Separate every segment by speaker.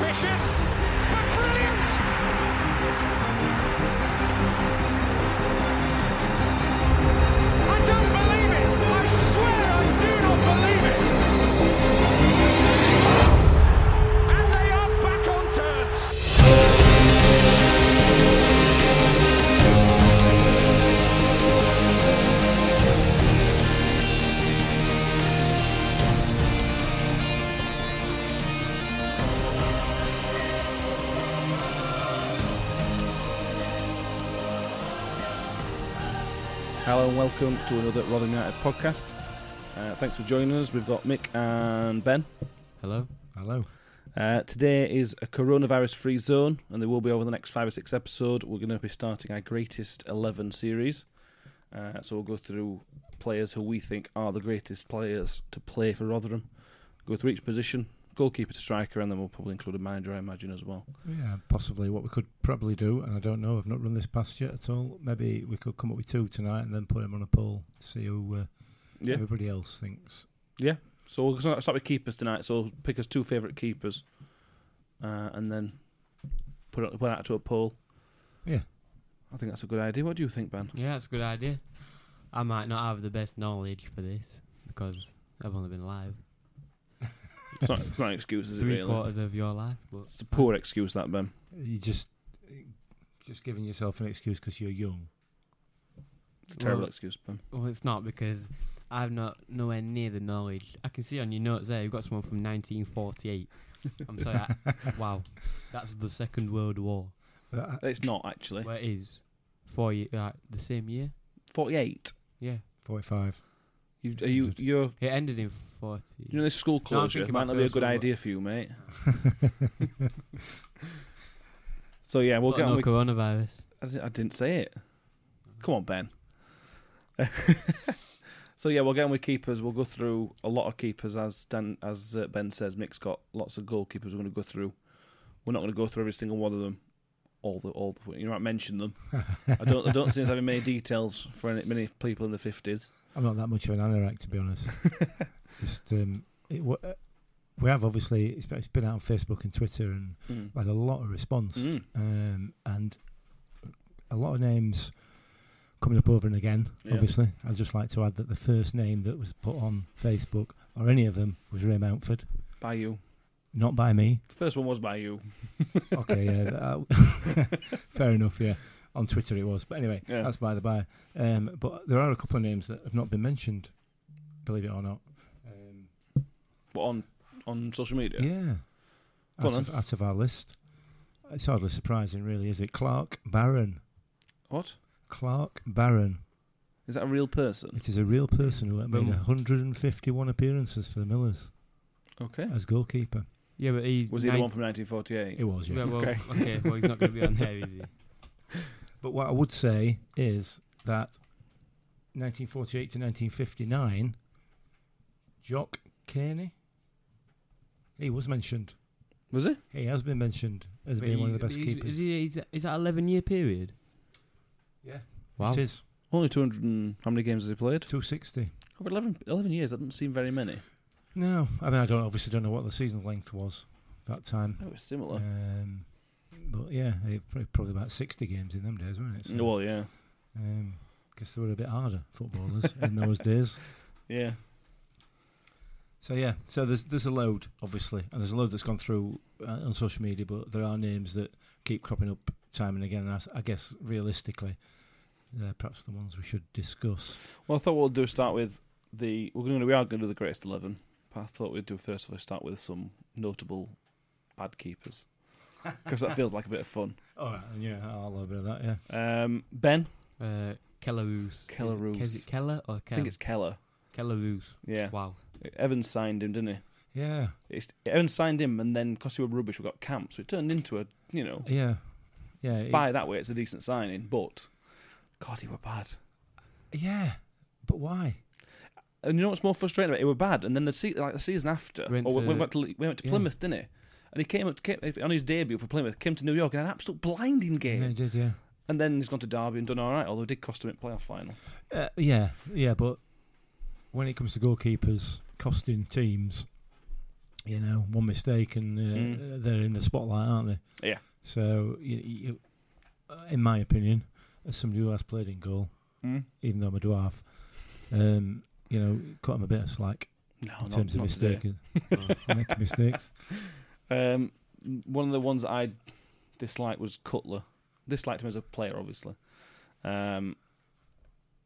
Speaker 1: Vicious, but brilliant. I don't believe it. I swear I do not believe it. And they are back on terms.
Speaker 2: Hello and welcome to another Rotherham United podcast. Uh, thanks for joining us. We've got Mick and Ben.
Speaker 3: Hello. Hello.
Speaker 2: Uh, today is a coronavirus free zone, and there will be over the next five or six episodes. We're going to be starting our greatest 11 series. Uh, so we'll go through players who we think are the greatest players to play for Rotherham, go through each position, goalkeeper to striker, and then we'll probably include a manager, I imagine, as well.
Speaker 3: Yeah, possibly. What we could probably do, and I don't know, I've not run this past yet at all. Maybe we could come up with two tonight and then put them on a poll, see who uh,
Speaker 2: Yeah.
Speaker 3: everybody else thinks.
Speaker 2: Yeah. So we'll start start with keepers tonight. So pick us two favourite keepers, uh, and then put it, put it out to a poll.
Speaker 3: Yeah.
Speaker 2: I think that's a good idea. What do you think, Ben?
Speaker 4: Yeah, that's a good idea. I might not have the best knowledge for this because I've only been live
Speaker 2: It's not, it's not an excuse, is it?
Speaker 4: three
Speaker 2: really?
Speaker 4: quarters of your life. But
Speaker 2: It's a poor excuse, that Ben.
Speaker 3: You just just giving yourself an excuse because you're young.
Speaker 2: It's a terrible
Speaker 4: Well-
Speaker 2: excuse, Ben.
Speaker 4: Well, it's not because I've not nowhere near the knowledge. I can see on your notes there you've got someone from 1948. I'm sorry. I, wow, that's the Second World War.
Speaker 3: But I-
Speaker 2: It's not actually.
Speaker 4: Where it is four year, like, the same year?
Speaker 2: Forty-eight.
Speaker 4: Yeah,
Speaker 3: 45.
Speaker 2: You are you you're
Speaker 4: it ended in
Speaker 2: you
Speaker 4: 40.
Speaker 2: know this school closure
Speaker 4: thinking
Speaker 2: might
Speaker 4: about
Speaker 2: not be a
Speaker 4: first
Speaker 2: good
Speaker 4: one, but-
Speaker 2: idea for you, mate. so yeah, we'll
Speaker 4: Got
Speaker 2: get on
Speaker 4: no
Speaker 2: with
Speaker 4: coronavirus.
Speaker 2: I, di- I didn't say it.
Speaker 3: Mm-hmm.
Speaker 2: Come on, Ben. so yeah, we'll get on with keepers. We'll go through a lot of keepers, as Dan, as uh, Ben says. Mick's got lots of goalkeepers. We're going to go through. We're not going to go through every single one of them. All the all the, you might mention them. I don't I don't see us having many details for any, many people in the fifties.
Speaker 3: I'm not that much of an anorak, to be honest. just um, it, wa- uh, We have obviously, it's been- it's been out on Facebook and Twitter and
Speaker 2: Mm.
Speaker 3: had a lot of response.
Speaker 2: Mm.
Speaker 3: um, and a lot of names coming up over and again.
Speaker 2: Yeah.
Speaker 3: Obviously, I'd just like to add that the first name that was put on Facebook or any of them was Ray Mountford,
Speaker 2: By you.
Speaker 3: not by me.
Speaker 2: The first one was by you.
Speaker 3: Okay, yeah, that- fair enough. Yeah, on Twitter it was, but anyway,
Speaker 2: Yeah.
Speaker 3: that's by the by. Um, but there are a couple of names that have not been mentioned, believe it or not. Um,
Speaker 2: But on on social media.
Speaker 3: yeah,
Speaker 2: Go
Speaker 3: out
Speaker 2: on
Speaker 3: of, out of our list. It's hardly surprising, really, is it? Clark Barron.
Speaker 2: What?
Speaker 3: Clark Barron.
Speaker 2: Is that a real person?
Speaker 3: It is a real person who made
Speaker 4: Boom.
Speaker 3: 151 appearances for the Millers
Speaker 2: Okay.
Speaker 3: as goalkeeper.
Speaker 4: Yeah, but he's
Speaker 2: Was he the
Speaker 4: nine-
Speaker 2: one from nineteen forty eight?
Speaker 3: It was, yeah.
Speaker 4: Yeah, well,
Speaker 2: Okay.
Speaker 4: okay. well, he's not going to be on there, is he?
Speaker 3: But what I would say is that 1948 to 1959, Jock Kearney, he was mentioned.
Speaker 2: Was it?
Speaker 3: He has been mentioned as
Speaker 4: But
Speaker 3: being one of
Speaker 4: he-
Speaker 3: the best
Speaker 4: he's-
Speaker 3: keepers.
Speaker 4: Is, he, is, is that eleven year period?
Speaker 3: Yeah.
Speaker 4: Wow.
Speaker 3: It is.
Speaker 2: Only two hundred and how many games has he played?
Speaker 3: 260.
Speaker 2: Over 11, 11 years, that doesn't seem very many.
Speaker 3: No, I mean, I don't obviously don't know what the season length was that time.
Speaker 2: It was similar.
Speaker 3: Um, but yeah, they- probably about 60 games in them days, weren't it? So-
Speaker 2: Well, yeah.
Speaker 3: Um, guess they were a bit harder footballers in those days.
Speaker 2: Yeah.
Speaker 3: So yeah, so there's there's a load obviously, and there's a load that's gone through uh, on social media, but there are names that keep cropping up time and again. And I, s- I guess realistically, they're perhaps the ones we should discuss.
Speaker 2: Well, I thought what we'll do is start with the. We're going to, we are going to do the greatest 11, but I thought we'd do first of all start with some notable bad keepers. Because that feels like a bit of fun.
Speaker 3: All right, and Oh, yeah, I'll have a bit of that. Yeah,
Speaker 2: Um, ben?
Speaker 4: Uh, Kelleroos.
Speaker 2: Kelleroos.
Speaker 4: Is it Keller or
Speaker 2: I
Speaker 4: Kel?
Speaker 2: think it's Keller.
Speaker 4: Kelleroos.
Speaker 2: Yeah.
Speaker 4: Wow.
Speaker 2: Evans signed him, didn't he?
Speaker 3: yeah,
Speaker 2: It's, Evans signed him, and then because he were rubbish, we got camp. So it turned into a, you know,
Speaker 3: yeah, yeah, it-
Speaker 2: by that way, it's a decent signing, but God, he were bad.
Speaker 3: yeah. But why?
Speaker 2: And you know what's more frustrating about it? He were bad, and then the se- like the season after,
Speaker 4: Went
Speaker 2: or we, we
Speaker 4: to-
Speaker 2: went to we went to
Speaker 4: yeah.
Speaker 2: Plymouth, didn't he? And he came, up, came on his debut for Plymouth, came to New York and had an absolute blinding game,
Speaker 3: Yeah, it did yeah,
Speaker 2: and then he's gone to Derby and done all right. Although it did cost him at playoff final.
Speaker 3: uh, yeah, yeah. But when it comes to goalkeepers costing teams, you know, one mistake and uh,
Speaker 2: Mm.
Speaker 3: they're in the spotlight, aren't they?
Speaker 2: Yeah.
Speaker 3: So, you, you, in my opinion, as somebody who has played in goal,
Speaker 2: Mm.
Speaker 3: even though I'm a dwarf, um, you know, cut him a bit of slack
Speaker 2: No,
Speaker 3: in
Speaker 2: Oh, not,
Speaker 3: terms of
Speaker 2: not today.
Speaker 3: mistaking, making mistakes.
Speaker 2: Um, one of the ones that I disliked was Cutler. Disliked him as a player, obviously. Um,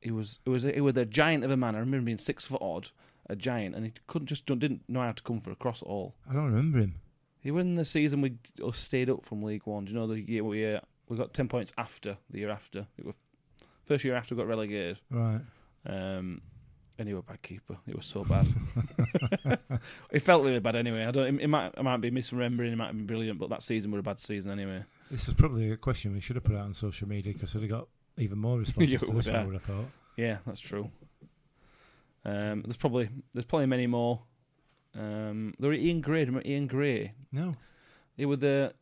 Speaker 2: he was it was a, he was a giant of a man. I remember him being six foot odd, a giant, and he couldn't just didn't know how to come for a cross at all.
Speaker 3: I don't remember him.
Speaker 2: He won the season we us stayed up from League One. Do you know the year we uh, we got ten points after the year after it was first year after we got relegated.
Speaker 3: Right.
Speaker 2: Um, and he was a bad keeper. It was so bad. it felt really bad anyway. I don't. It, it might. I might be misremembering. It might have been brilliant, but that season was a bad season anyway.
Speaker 3: This is probably a question we should have put out on social media because I'd have got even more
Speaker 2: You
Speaker 3: responses to
Speaker 2: would
Speaker 3: this one, I
Speaker 2: have.
Speaker 3: would have thought.
Speaker 2: Yeah, that's true. Um, there's probably there's probably many more. Um, there were Ian Gray. Do you remember Ian Gray?
Speaker 3: No.
Speaker 2: He was the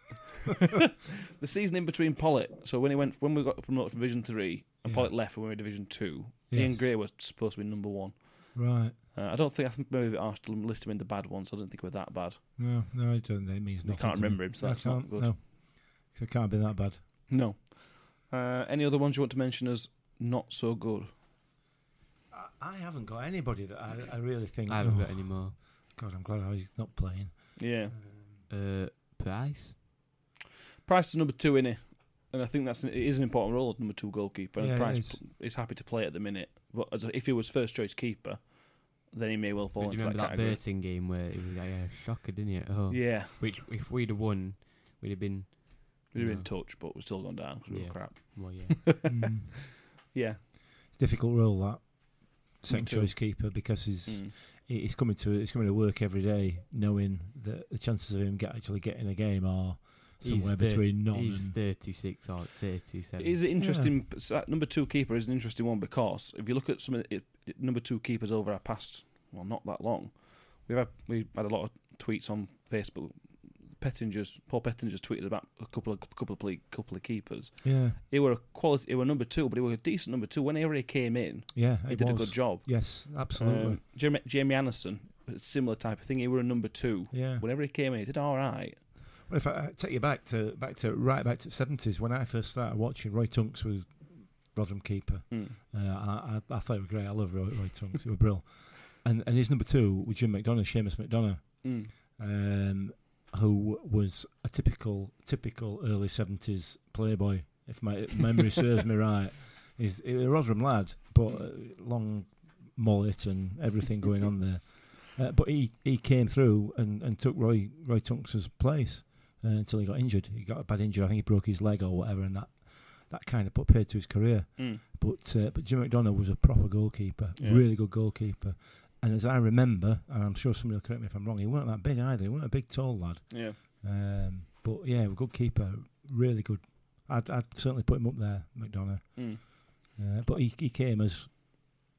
Speaker 2: the season in between Pollitt. So when he went when we got promoted from Division Three and
Speaker 3: Yeah.
Speaker 2: Pollitt left and we were in Division Two, Ian
Speaker 3: Yes.
Speaker 2: Gray was supposed to be number one.
Speaker 3: Right.
Speaker 2: Uh, I don't think I think maybe Arsenal list him in the bad ones. I don't think we're that bad.
Speaker 3: No, no, I don't. That means
Speaker 2: You
Speaker 3: nothing.
Speaker 2: can't
Speaker 3: to me.
Speaker 2: remember him, so
Speaker 3: I
Speaker 2: that's not
Speaker 3: can't,
Speaker 2: good.
Speaker 3: No, 'Cause it can't be that bad.
Speaker 2: No. Uh, any other ones you want to mention as not so good?
Speaker 3: I, I haven't got anybody that I, I really think.
Speaker 4: I haven't
Speaker 3: oh,
Speaker 4: got any more.
Speaker 3: God, I'm glad he's not playing.
Speaker 2: Yeah.
Speaker 4: Uh, Price?
Speaker 2: Price is number two in it, and I think that's an, it is an important role, number two goalkeeper. And
Speaker 3: Yeah, it
Speaker 2: Price
Speaker 3: is.
Speaker 2: p- is happy to play at the minute, but as a, if he was first choice keeper, then he may well fall
Speaker 4: But do you
Speaker 2: into that,
Speaker 4: remember
Speaker 2: category.
Speaker 4: that, Burton game where it was like a shocker, didn't it? Oh.
Speaker 2: Yeah,
Speaker 4: Which, if we'd have won, we'd have been.
Speaker 2: we were in
Speaker 4: No.
Speaker 2: touch, but we're still gone down because we
Speaker 4: Yeah.
Speaker 2: were crap.
Speaker 4: Well, yeah.
Speaker 3: Mm.
Speaker 2: Yeah,
Speaker 3: It's a difficult role that second
Speaker 2: too.
Speaker 3: choice keeper because he's
Speaker 2: mm.
Speaker 3: he- he's coming to he's coming to work every day, knowing that the chances of him get actually getting a game are
Speaker 4: He's
Speaker 3: somewhere
Speaker 4: the-
Speaker 3: between none.
Speaker 4: He's
Speaker 3: and-
Speaker 4: 36 or 37.
Speaker 2: it is an interesting. p- so that Number two keeper is an interesting one because if you look at some of the, it, it- number two keepers over our past, well, not that long, we've had we've had a lot of tweets on Facebook. Pettinger's Paul Pettinger's tweeted about a couple of couple of ple- couple of keepers.
Speaker 3: yeah,
Speaker 2: He were a quality. He were number two, but he were a decent number two. When he already came in,
Speaker 3: yeah,
Speaker 2: he
Speaker 3: it
Speaker 2: did
Speaker 3: was.
Speaker 2: a good job.
Speaker 3: Yes, absolutely.
Speaker 2: Um, Jamie, Jamie Anderson, a similar type of thing. He were a number two.
Speaker 3: yeah.
Speaker 2: Whenever he came in, he did all right.
Speaker 3: Well, if I I take you back to back to right back to seventies when I first started watching, Roy Tunks was Rotherham keeper.
Speaker 2: Mm.
Speaker 3: Uh, I, I, I thought he was great. I love Roy, Roy Tunks. he was brilliant. And and his number two was Jim McDonough, Seamus McDonough,
Speaker 2: Mm.
Speaker 3: um, who was a typical typical early seventies playboy, if my memory serves me right. He's he was a Rotherham lad, but uh, long mullet and everything going on there. Uh, but he, he came through and, and took Roy Roy Tunks's place uh, until he got injured. He got a bad injury. I think he broke his leg or whatever, and that, that kind of put paid to his career.
Speaker 2: Mm.
Speaker 3: But uh, but Jim McDonough was a proper goalkeeper,
Speaker 2: Yeah.
Speaker 3: really good goalkeeper. And as I remember, and I'm sure somebody will correct me if I'm wrong, he weren't that big either. He weren't a big tall lad.
Speaker 2: Yeah.
Speaker 3: Um, but yeah, good keeper, really good. I'd, I'd certainly put him up there, McDonough.
Speaker 2: Mm.
Speaker 3: Uh, but he, he came as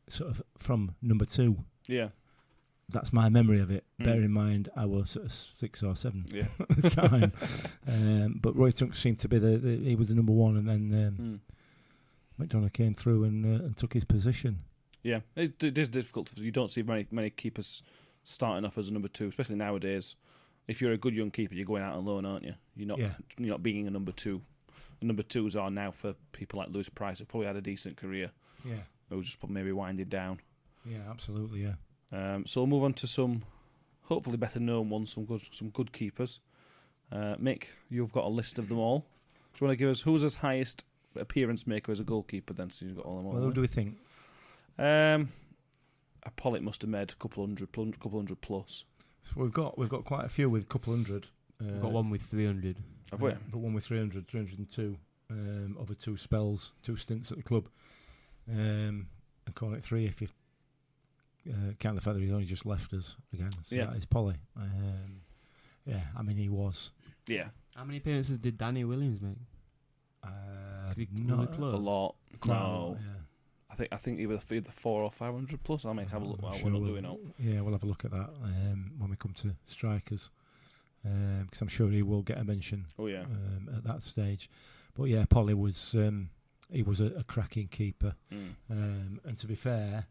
Speaker 3: sort of from number two
Speaker 2: Yeah.
Speaker 3: that's my memory of it.
Speaker 2: Mm.
Speaker 3: Bear in mind, I was sort of six or seven
Speaker 2: Yeah.
Speaker 3: at the time. um, but Roy Tunks seemed to be the, the he was the number one, and then um,
Speaker 2: Mm.
Speaker 3: McDonough came through and uh, and took his position.
Speaker 2: Yeah. It's, it is difficult. 'cause You don't see many many keepers starting off as a number two, especially nowadays. If you're a good young keeper, you're going out on loan, aren't you? You're not.
Speaker 3: Yeah.
Speaker 2: You're not being a number two. And number twos are now for people like Lewis Price, who probably had a decent career,
Speaker 3: Yeah,
Speaker 2: who just probably maybe winded down.
Speaker 3: yeah, absolutely, yeah.
Speaker 2: Um, so we'll move on to some hopefully better known ones, some good some good keepers. Uh, Mick, you've got a list of them all. Do you want to give us who's his highest appearance maker as a goalkeeper? Then, so you've got all them.
Speaker 3: Well,
Speaker 2: all
Speaker 3: who do we think?
Speaker 2: um, Pollock must have made a couple hundred, plun- couple hundred plus.
Speaker 3: So we've got we've got quite a few with a couple hundred. Uh,
Speaker 4: We've got one with 300.
Speaker 2: Have we?
Speaker 3: uh, But one with 300, 302 um, over two spells, two stints at the club. Um, and call it three if you uh, count the fact that he's only just left us again. So
Speaker 2: Yeah.
Speaker 3: that is Polly. Um, yeah, I mean, he was.
Speaker 2: Yeah,
Speaker 4: How many appearances did Danny Williams make?
Speaker 3: Uh,
Speaker 4: he
Speaker 3: not
Speaker 4: really close?
Speaker 2: a lot.
Speaker 3: no,
Speaker 2: No, I think I think either the either four or five hundred plus. I may have a look.
Speaker 3: I'm
Speaker 2: Well,
Speaker 3: sure
Speaker 2: we're not
Speaker 3: we'll-
Speaker 2: doing it.
Speaker 3: Yeah. yeah, we'll have a look at that um, when we come to strikers. Because I'm sure he will get a mention
Speaker 2: Oh yeah,
Speaker 3: um, at that stage. But yeah, Polly was um, he was a, a cracking keeper.
Speaker 2: Mm.
Speaker 3: Um, and to be fair,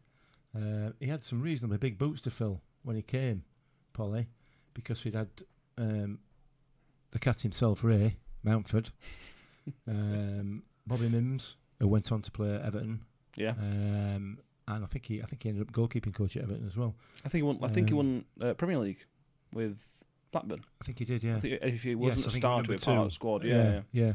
Speaker 3: uh, he had some reasonably big boots to fill when he came, Polly. because we'd had um, the cat himself, Ray Mountford, um, Bobby Mims, who went on to play at Everton,
Speaker 2: Yeah,
Speaker 3: um, and I think he I think he ended up goalkeeping coach at Everton as well.
Speaker 2: I think he won. I think he
Speaker 3: Um,
Speaker 2: won uh, Premier League with Blackburn.
Speaker 3: I think he did, yeah.
Speaker 2: I think if he wasn't
Speaker 3: I
Speaker 2: a
Speaker 3: think he
Speaker 2: starter,
Speaker 3: was
Speaker 2: he
Speaker 3: number
Speaker 2: was part of the squad.
Speaker 3: two.
Speaker 2: Yeah, yeah.
Speaker 3: yeah.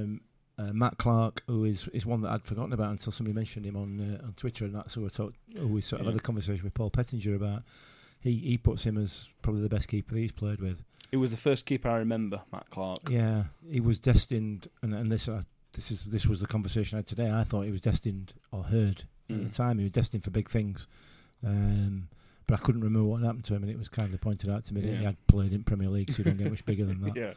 Speaker 3: Um, uh, Matt Clark, who is is one that I'd forgotten about until somebody mentioned him on uh, on Twitter, and that's who I talked. Who we sort of
Speaker 2: Yeah.
Speaker 3: had a conversation with Paul Pettinger about. He he puts him as probably the best keeper that he's played with.
Speaker 2: It was the first keeper I remember, Matt Clark.
Speaker 3: Yeah, he was destined, and and this uh, this is this was the conversation I had today. I thought he was destined or heard at the
Speaker 2: Mm.
Speaker 3: time. He was destined for big things, um, but I couldn't remember what happened to him, and it was kindly pointed out to me that
Speaker 2: Yeah.
Speaker 3: he had played in Premier League, so you don't get much bigger than that.
Speaker 2: Yeah.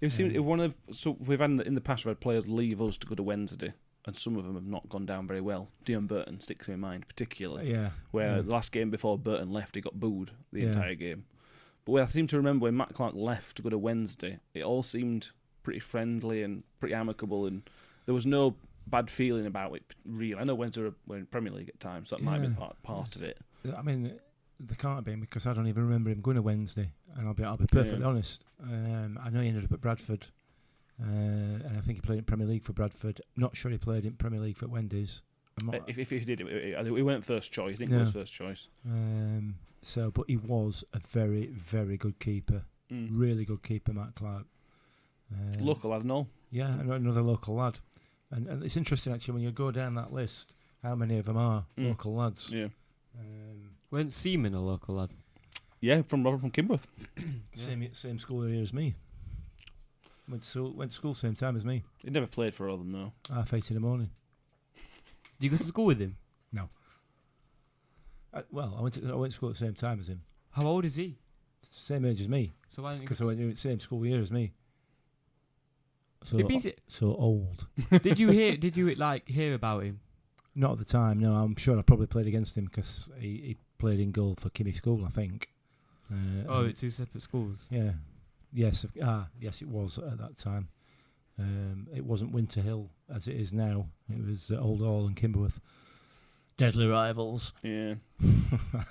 Speaker 2: It seemed
Speaker 3: Um,
Speaker 2: one of so we've had in the, in the past we've had players leave us to go to Wednesday, and some of them have not gone down very well. Dion Burton sticks in my mind particularly,
Speaker 3: Yeah,
Speaker 2: where
Speaker 3: yeah.
Speaker 2: the last game before Burton left, he got booed the
Speaker 3: Mm. Yeah.
Speaker 2: entire game. But what I seem to remember when Matt Clark left to go to Wednesday, it all seemed pretty friendly and pretty amicable, and there was no bad feeling about it. Really, I know Wednesday were- were in Premier League at times, so that might be
Speaker 3: Yeah.
Speaker 2: part, part of it.
Speaker 3: I mean, there can't have been because I don't even remember him going to Wednesday. And I'll be, I'll be perfectly
Speaker 2: Yeah.
Speaker 3: honest. Um, I know he ended up at Bradford, uh, and I think he played in Premier League for Bradford. Not sure he played in Premier League for Wendy's. I'm not,
Speaker 2: Uh, If, if he did, it, it, it weren't first choice. I think it
Speaker 3: Yeah.
Speaker 2: was first choice.
Speaker 3: um, so, but he was a very, very good keeper.
Speaker 2: Mm.
Speaker 3: Really good keeper, Matt Clark. Um,
Speaker 2: Local, I don't know.
Speaker 3: Yeah, an- another local lad. And, and it's interesting actually when you go down that list, how many of them are
Speaker 2: Mm.
Speaker 3: local lads?
Speaker 2: Yeah.
Speaker 3: Um,
Speaker 4: Weren't Seaman a local lad?
Speaker 2: Yeah, from Robert from Kimworth.
Speaker 3: Same same school area as me. Went to school, went to school same time as me.
Speaker 2: He never played for them though.
Speaker 3: Half eight in the morning.
Speaker 4: Did you go to school with him?
Speaker 3: I, well, I went to I went to school at the same time as him.
Speaker 4: How old is he?
Speaker 3: Same age as me
Speaker 4: So why didn't you?
Speaker 3: because I went to the same school year as me. So
Speaker 4: It means it-
Speaker 3: so old.
Speaker 4: did you hear? Did you like hear about him?
Speaker 3: Not at the time. No, I'm sure I probably played against him because he, he played in goal for Kimmy School, I think. Uh,
Speaker 4: Oh,
Speaker 3: and-
Speaker 4: at two separate schools.
Speaker 3: yeah, yes, of- ah, yes, it was at that time. Um, it wasn't Winter Hill as it is now. It was uh, Old Hall and Kimberworth. Deadly rivals.
Speaker 2: Yeah.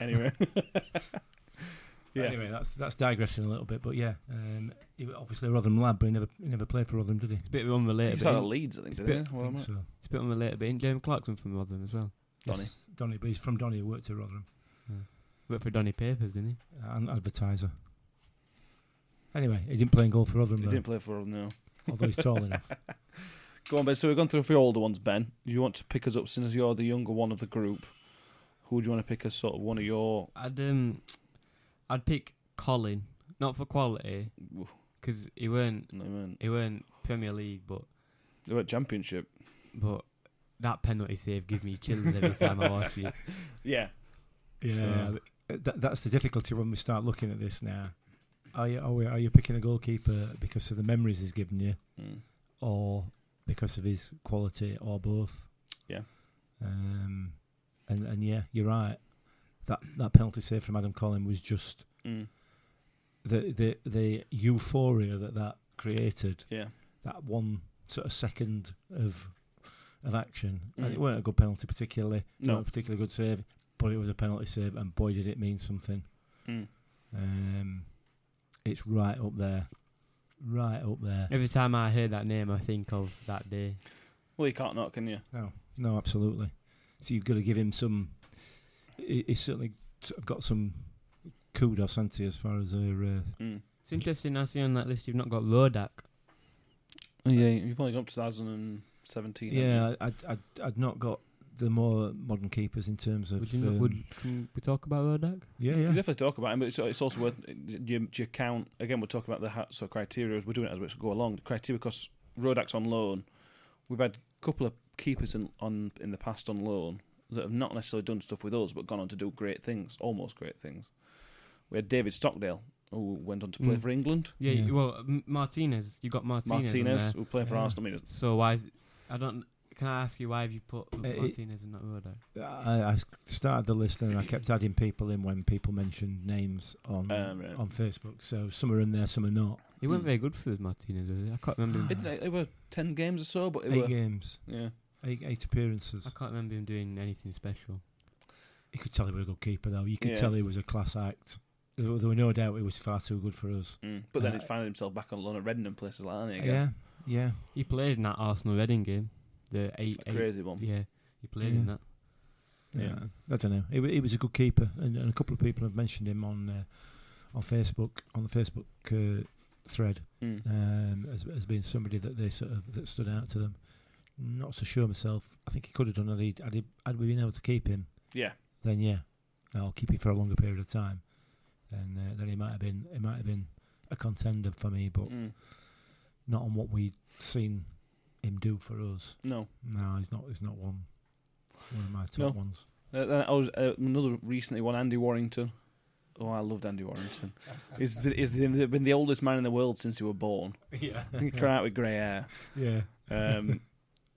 Speaker 2: anyway. yeah.
Speaker 3: Anyway, that's that's digressing a little bit, but yeah, um, he was obviously a Rotherham lad, but he never he never played for Rotherham, did he?
Speaker 4: It's a bit
Speaker 2: He
Speaker 4: unrelated.
Speaker 2: was
Speaker 4: but
Speaker 2: out
Speaker 4: ain't-
Speaker 2: of Leeds, I think.
Speaker 4: It's
Speaker 2: Didn't he?
Speaker 4: a bit-
Speaker 2: Well,
Speaker 3: I think so.
Speaker 4: It's a bit unrelated, but ain't James Clarkson from Rotherham as well?
Speaker 2: Donny.
Speaker 3: Yes, Donny, but he's from Donny, who worked at Rotherham,
Speaker 4: Worked for Donny Papers, didn't he?
Speaker 3: uh, an advertiser. Anyway, he didn't play in goal for Rotherham,
Speaker 2: he
Speaker 3: though,
Speaker 2: didn't play for them. No.
Speaker 3: although he's tall enough.
Speaker 2: Go on, Ben. So we've gone through a few older ones. Ben, you want to pick us up since you're the younger one of the group? Who would you want to pick as sort of one of your?
Speaker 4: I'd um, I'd pick Colin, not for quality,
Speaker 2: Oof.
Speaker 4: because he weren't
Speaker 2: No, man.
Speaker 4: he weren't Premier League, but
Speaker 2: They were at Championship.
Speaker 4: but that penalty save gives me chills every time I watch it.
Speaker 2: Yeah.
Speaker 3: Yeah,
Speaker 4: So-
Speaker 3: but that, that's the difficulty when we start looking at this now. Are you are, we, are you picking a goalkeeper because of the memories he's given you,
Speaker 2: Mm.
Speaker 3: or because of his quality, or both?
Speaker 2: Yeah.
Speaker 3: Um, and and yeah, you're right. That that penalty save from Adam Collin was just
Speaker 2: Mm.
Speaker 3: the the the euphoria that that created.
Speaker 2: Yeah.
Speaker 3: That one sort of second of of action, and
Speaker 2: Mm.
Speaker 3: it weren't a good penalty particularly.
Speaker 2: No.
Speaker 3: Not a particularly good save, but it was a penalty save, and boy did it mean something.
Speaker 2: Mm.
Speaker 3: Um, it's right up there, right up there.
Speaker 4: Every time I hear that name, I think of that day.
Speaker 2: Well, you can't not, can you?
Speaker 3: No, no, absolutely. So you've got to give him some. he- He's certainly sort of got some kudos, hasn't he, as far as her. Uh,
Speaker 2: Mm.
Speaker 4: It's interesting. I see on that list you've not got Lodak.
Speaker 2: Yeah, Uh, you've only got up to 2017. haven't you?
Speaker 3: yeah, I, I'd, I'd, I'd not got the more modern keepers in terms of.
Speaker 4: Would you not?
Speaker 3: um,
Speaker 4: Would can we talk about Lodak?
Speaker 3: yeah,
Speaker 2: You
Speaker 3: yeah.
Speaker 2: definitely talk about it, but it's, it's also worth do you, do you count again. We're talking about the ha- so criteria as we're doing it as we go along. The criteria because Rodak's on loan. We've had a couple of keepers in, on in the past on loan that have not necessarily done stuff with us, but gone on to do great things, almost great things. We had David Stockdale who went on to play
Speaker 3: Hmm.
Speaker 4: Mm.
Speaker 2: for England.
Speaker 4: Yeah.
Speaker 3: Yeah.
Speaker 4: y- Well, M- Martinez. You got Martinez. on
Speaker 2: Martinez
Speaker 4: there.
Speaker 2: who played for
Speaker 3: Yeah.
Speaker 2: Arsenal. I mean, it's-
Speaker 4: So why? Is, I don't. Can I ask you why have you put
Speaker 2: Uh,
Speaker 3: it-
Speaker 4: Martinez and not Rodak?
Speaker 3: I, I s- started the list and I kept adding people in when people mentioned names on
Speaker 4: Ah,
Speaker 2: Um, yeah.
Speaker 3: on Facebook. So some are in there, some are not.
Speaker 4: He weren't
Speaker 2: Hmm.
Speaker 4: very good for us, Martinez. Was he? I can't remember.
Speaker 2: it,
Speaker 4: Him,
Speaker 2: it, were ten games or so, but it
Speaker 3: eight
Speaker 2: were
Speaker 3: games,
Speaker 2: yeah.
Speaker 3: eight, eight appearances.
Speaker 4: I can't remember him doing anything special.
Speaker 3: You could tell he was a good keeper, though. You could
Speaker 2: Yeah.
Speaker 3: tell he was a class act. there were there were no doubt it was far too good for us.
Speaker 2: Mm. But then
Speaker 3: Uh,
Speaker 2: he'd find himself back on loan at Reading and places like that. hadn't he,
Speaker 3: yeah,
Speaker 2: Again.
Speaker 3: yeah.
Speaker 4: He played in that Arsenal Reading game. The eight,
Speaker 2: A
Speaker 4: eight
Speaker 2: crazy one.
Speaker 4: Yeah, he played
Speaker 3: Yeah.
Speaker 4: in that.
Speaker 3: Yeah.
Speaker 2: Yeah.
Speaker 3: I don't know. He, wa- he was a good keeper, and, and a couple of people have mentioned him on uh, on Facebook on the Facebook uh, thread
Speaker 2: Mm.
Speaker 3: um, as as being somebody that they sort of that stood out to them. Not so sure myself. I think he could have done had he had, he, had we been able to keep him.
Speaker 2: Yeah.
Speaker 3: Then yeah, I'll keep him for a longer period of time. Then uh, then he might have been it might have been a contender for me, but
Speaker 2: Mm.
Speaker 3: not on what we'd seen him do for us.
Speaker 2: No.
Speaker 3: No, he's not. He's not one. One of my top
Speaker 2: No.
Speaker 3: ones.
Speaker 2: Uh, then I was uh, another recently one, Andy Warrington. Oh, I loved Andy Warrington. He's, the, he's the, been the oldest man in the world since he was born.
Speaker 3: Yeah.
Speaker 2: He came out with grey hair.
Speaker 3: yeah.
Speaker 2: Um,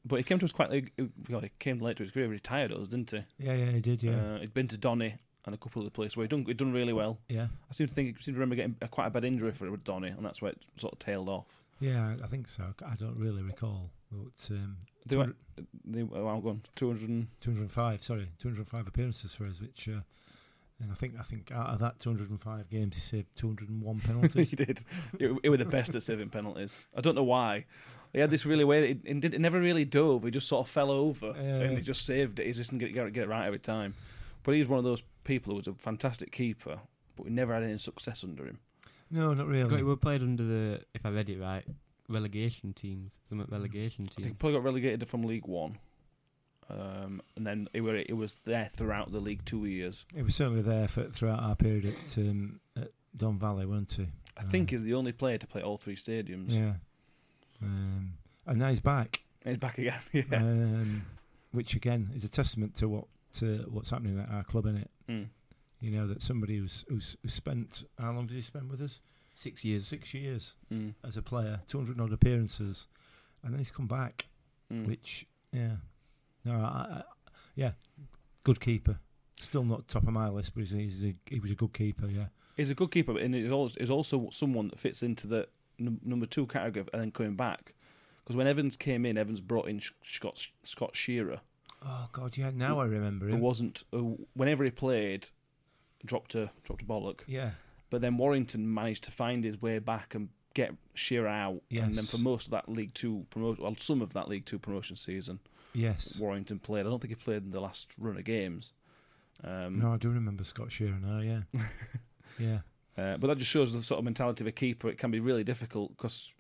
Speaker 2: but he came to us quite late. He he came late to his career. He retired us, didn't he?
Speaker 3: Yeah, yeah, he did. Yeah,
Speaker 2: Uh, he'd been to Donny and a couple of the places where he'd done, he'd done really well.
Speaker 3: yeah,
Speaker 2: I seem to think, seem to remember getting a, quite a bad injury for Donny, and that's where it sort of tailed off.
Speaker 3: yeah. I- I think so. I don't really recall, but um,
Speaker 2: They went, they, oh, I'm going 200 and,
Speaker 3: 205. Sorry, 205 appearances for us, which. Uh, and I think I think out of that 205 games, he saved 201
Speaker 2: he
Speaker 3: penalties.
Speaker 2: did. It, it were the best at saving penalties. I don't know why. He had this really weird. It, it, did- it never really dove. He just sort of fell over
Speaker 3: Yeah.
Speaker 2: and he just saved it. He just didn't get, get, it- get it right every time. But he was one of those people who was a fantastic keeper, but we never had any success under him.
Speaker 3: no, not
Speaker 4: Got,
Speaker 3: really.
Speaker 4: we were played under the, if I read it right, relegation teams. Some relegation
Speaker 2: Hmm. I
Speaker 4: team.
Speaker 2: think he probably got relegated from League One, um, and then it, were, it was there throughout the League Two years.
Speaker 3: It was certainly there for, throughout our period at, um, at Don Valley, weren't he?
Speaker 2: I think
Speaker 3: Uh,
Speaker 2: he's the only player to play all three stadiums.
Speaker 3: Yeah. Um, and now he's back,
Speaker 2: And he's back again. Yeah.
Speaker 3: um, which again is a testament to what to what's happening at our club, innit?
Speaker 2: Mm.
Speaker 3: You know that somebody who's who's, who's spent how long did he spend with us?
Speaker 4: Six years.
Speaker 3: Six years.
Speaker 2: Mm.
Speaker 3: as a player, 200 odd appearances, and then he's come back,
Speaker 2: Mm.
Speaker 3: which, yeah, no, I, I, yeah, good keeper. Still not top of my list, but he's, he's a, he was a good keeper, yeah.
Speaker 2: He's a good keeper, but- and he's also, he's also someone that fits into the num- number two category of- and then coming back. Because when Evans came in, Evans brought in Sh- Scott Scott Shearer,
Speaker 3: Oh, God, yeah, now I remember
Speaker 2: who
Speaker 3: him.
Speaker 2: wasn't who, whenever he played, dropped a dropped a bollock.
Speaker 3: Yeah,
Speaker 2: But then Warrington managed to find his way back and get Shearer out, and then
Speaker 3: Yes.
Speaker 2: for most of that League Two promotion, well, some of that League Two promotion season,
Speaker 3: yes.
Speaker 2: Warrington played. I don't think he played in the last run of games. Um,
Speaker 3: No, I do remember Scott Shearer now, yeah. yeah,
Speaker 2: Uh, but that just shows the sort of mentality of a keeper. It can be really difficult because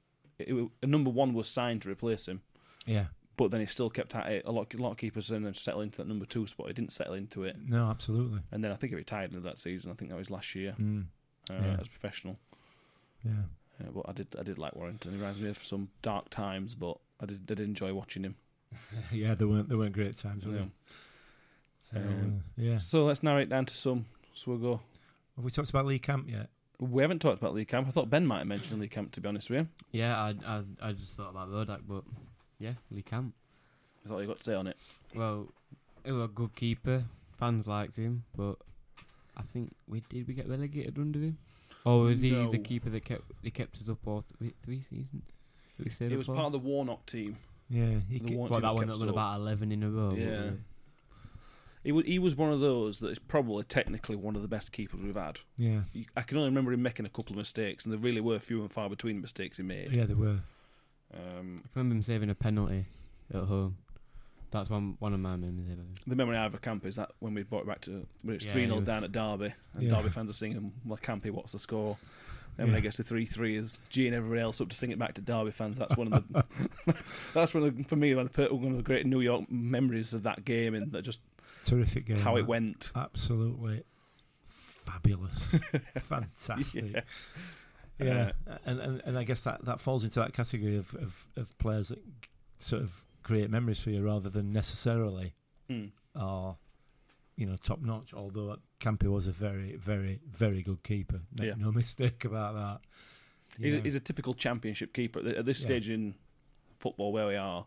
Speaker 2: number one was signed to replace him,
Speaker 3: yeah.
Speaker 2: but then he still kept at it. A lot, a lot of keepers then settle into that number two spot. He didn't settle into it,
Speaker 3: No, absolutely.
Speaker 2: and then I think he retired into that season. I think that was last year
Speaker 3: Mm,
Speaker 2: uh,
Speaker 3: Yeah.
Speaker 2: as a professional.
Speaker 3: yeah.
Speaker 2: Uh, but I did, I did like Warrington. He reminds me of some dark times, but I did, I did enjoy watching him.
Speaker 3: yeah, there weren't, there weren't great times, were
Speaker 2: Yeah.
Speaker 3: there? So,
Speaker 2: Um,
Speaker 3: uh, yeah.
Speaker 2: So let's narrow it down to some. So we'll go.
Speaker 3: Have we talked about Lee Camp yet?
Speaker 2: We haven't talked about Lee Camp. I thought Ben might have mentioned Lee Camp. To be honest with you,
Speaker 4: Yeah, I, I I just thought about Rodak, but yeah, Lee Camp.
Speaker 2: I thought you got to say on it.
Speaker 4: Well, he was a good keeper. Fans liked him, but I think we did we get relegated under him, or was he
Speaker 2: No.
Speaker 4: the keeper that kept they kept us up all th- three seasons? That we stayed
Speaker 2: It
Speaker 4: up
Speaker 2: was
Speaker 4: for?
Speaker 2: part of the Warnock team.
Speaker 3: Yeah, he
Speaker 2: The
Speaker 3: ca-
Speaker 2: Warnock
Speaker 4: Well,
Speaker 2: team
Speaker 4: that one
Speaker 2: kept
Speaker 4: that
Speaker 2: us
Speaker 4: won
Speaker 2: up.
Speaker 4: about eleven in a row. wasn't
Speaker 2: Yeah.
Speaker 4: it?
Speaker 2: He, wa- he was one of those that is probably technically one of the best keepers we've had.
Speaker 3: yeah,
Speaker 2: You- I can only remember him making a couple of mistakes, and there really were few and far between mistakes he made.
Speaker 3: yeah, they were.
Speaker 2: Um,
Speaker 4: I can remember him saving a penalty at home. That's one one of my memories of him.
Speaker 2: the memory I have of Camp is that when we brought it back to when it's
Speaker 4: Yeah,
Speaker 2: three 0
Speaker 4: yeah.
Speaker 2: down at Derby, and
Speaker 3: Yeah.
Speaker 2: Derby fans are singing "Well, Campy, what's the score?" Then when
Speaker 3: Yeah.
Speaker 2: it gets to three three, is G and everybody else up to sing it back to Derby fans. That's one of the that's one of the, for me one of the, one of the great New York memories of that game and that just
Speaker 3: Terrific game.
Speaker 2: how it
Speaker 3: that.
Speaker 2: went.
Speaker 3: absolutely fabulous, fantastic.
Speaker 2: Yeah. Uh,
Speaker 3: Yeah, and, and and I guess that, that falls into that category of, of, of players that sort of create memories for you rather than necessarily
Speaker 2: Mm.
Speaker 3: are you know top notch. Although Campy was a very very very good keeper, make
Speaker 2: Yeah.
Speaker 3: no mistake about that. You
Speaker 2: He's, a,
Speaker 3: know,
Speaker 2: he's a typical championship keeper at this
Speaker 3: Yeah.
Speaker 2: stage in football where we are.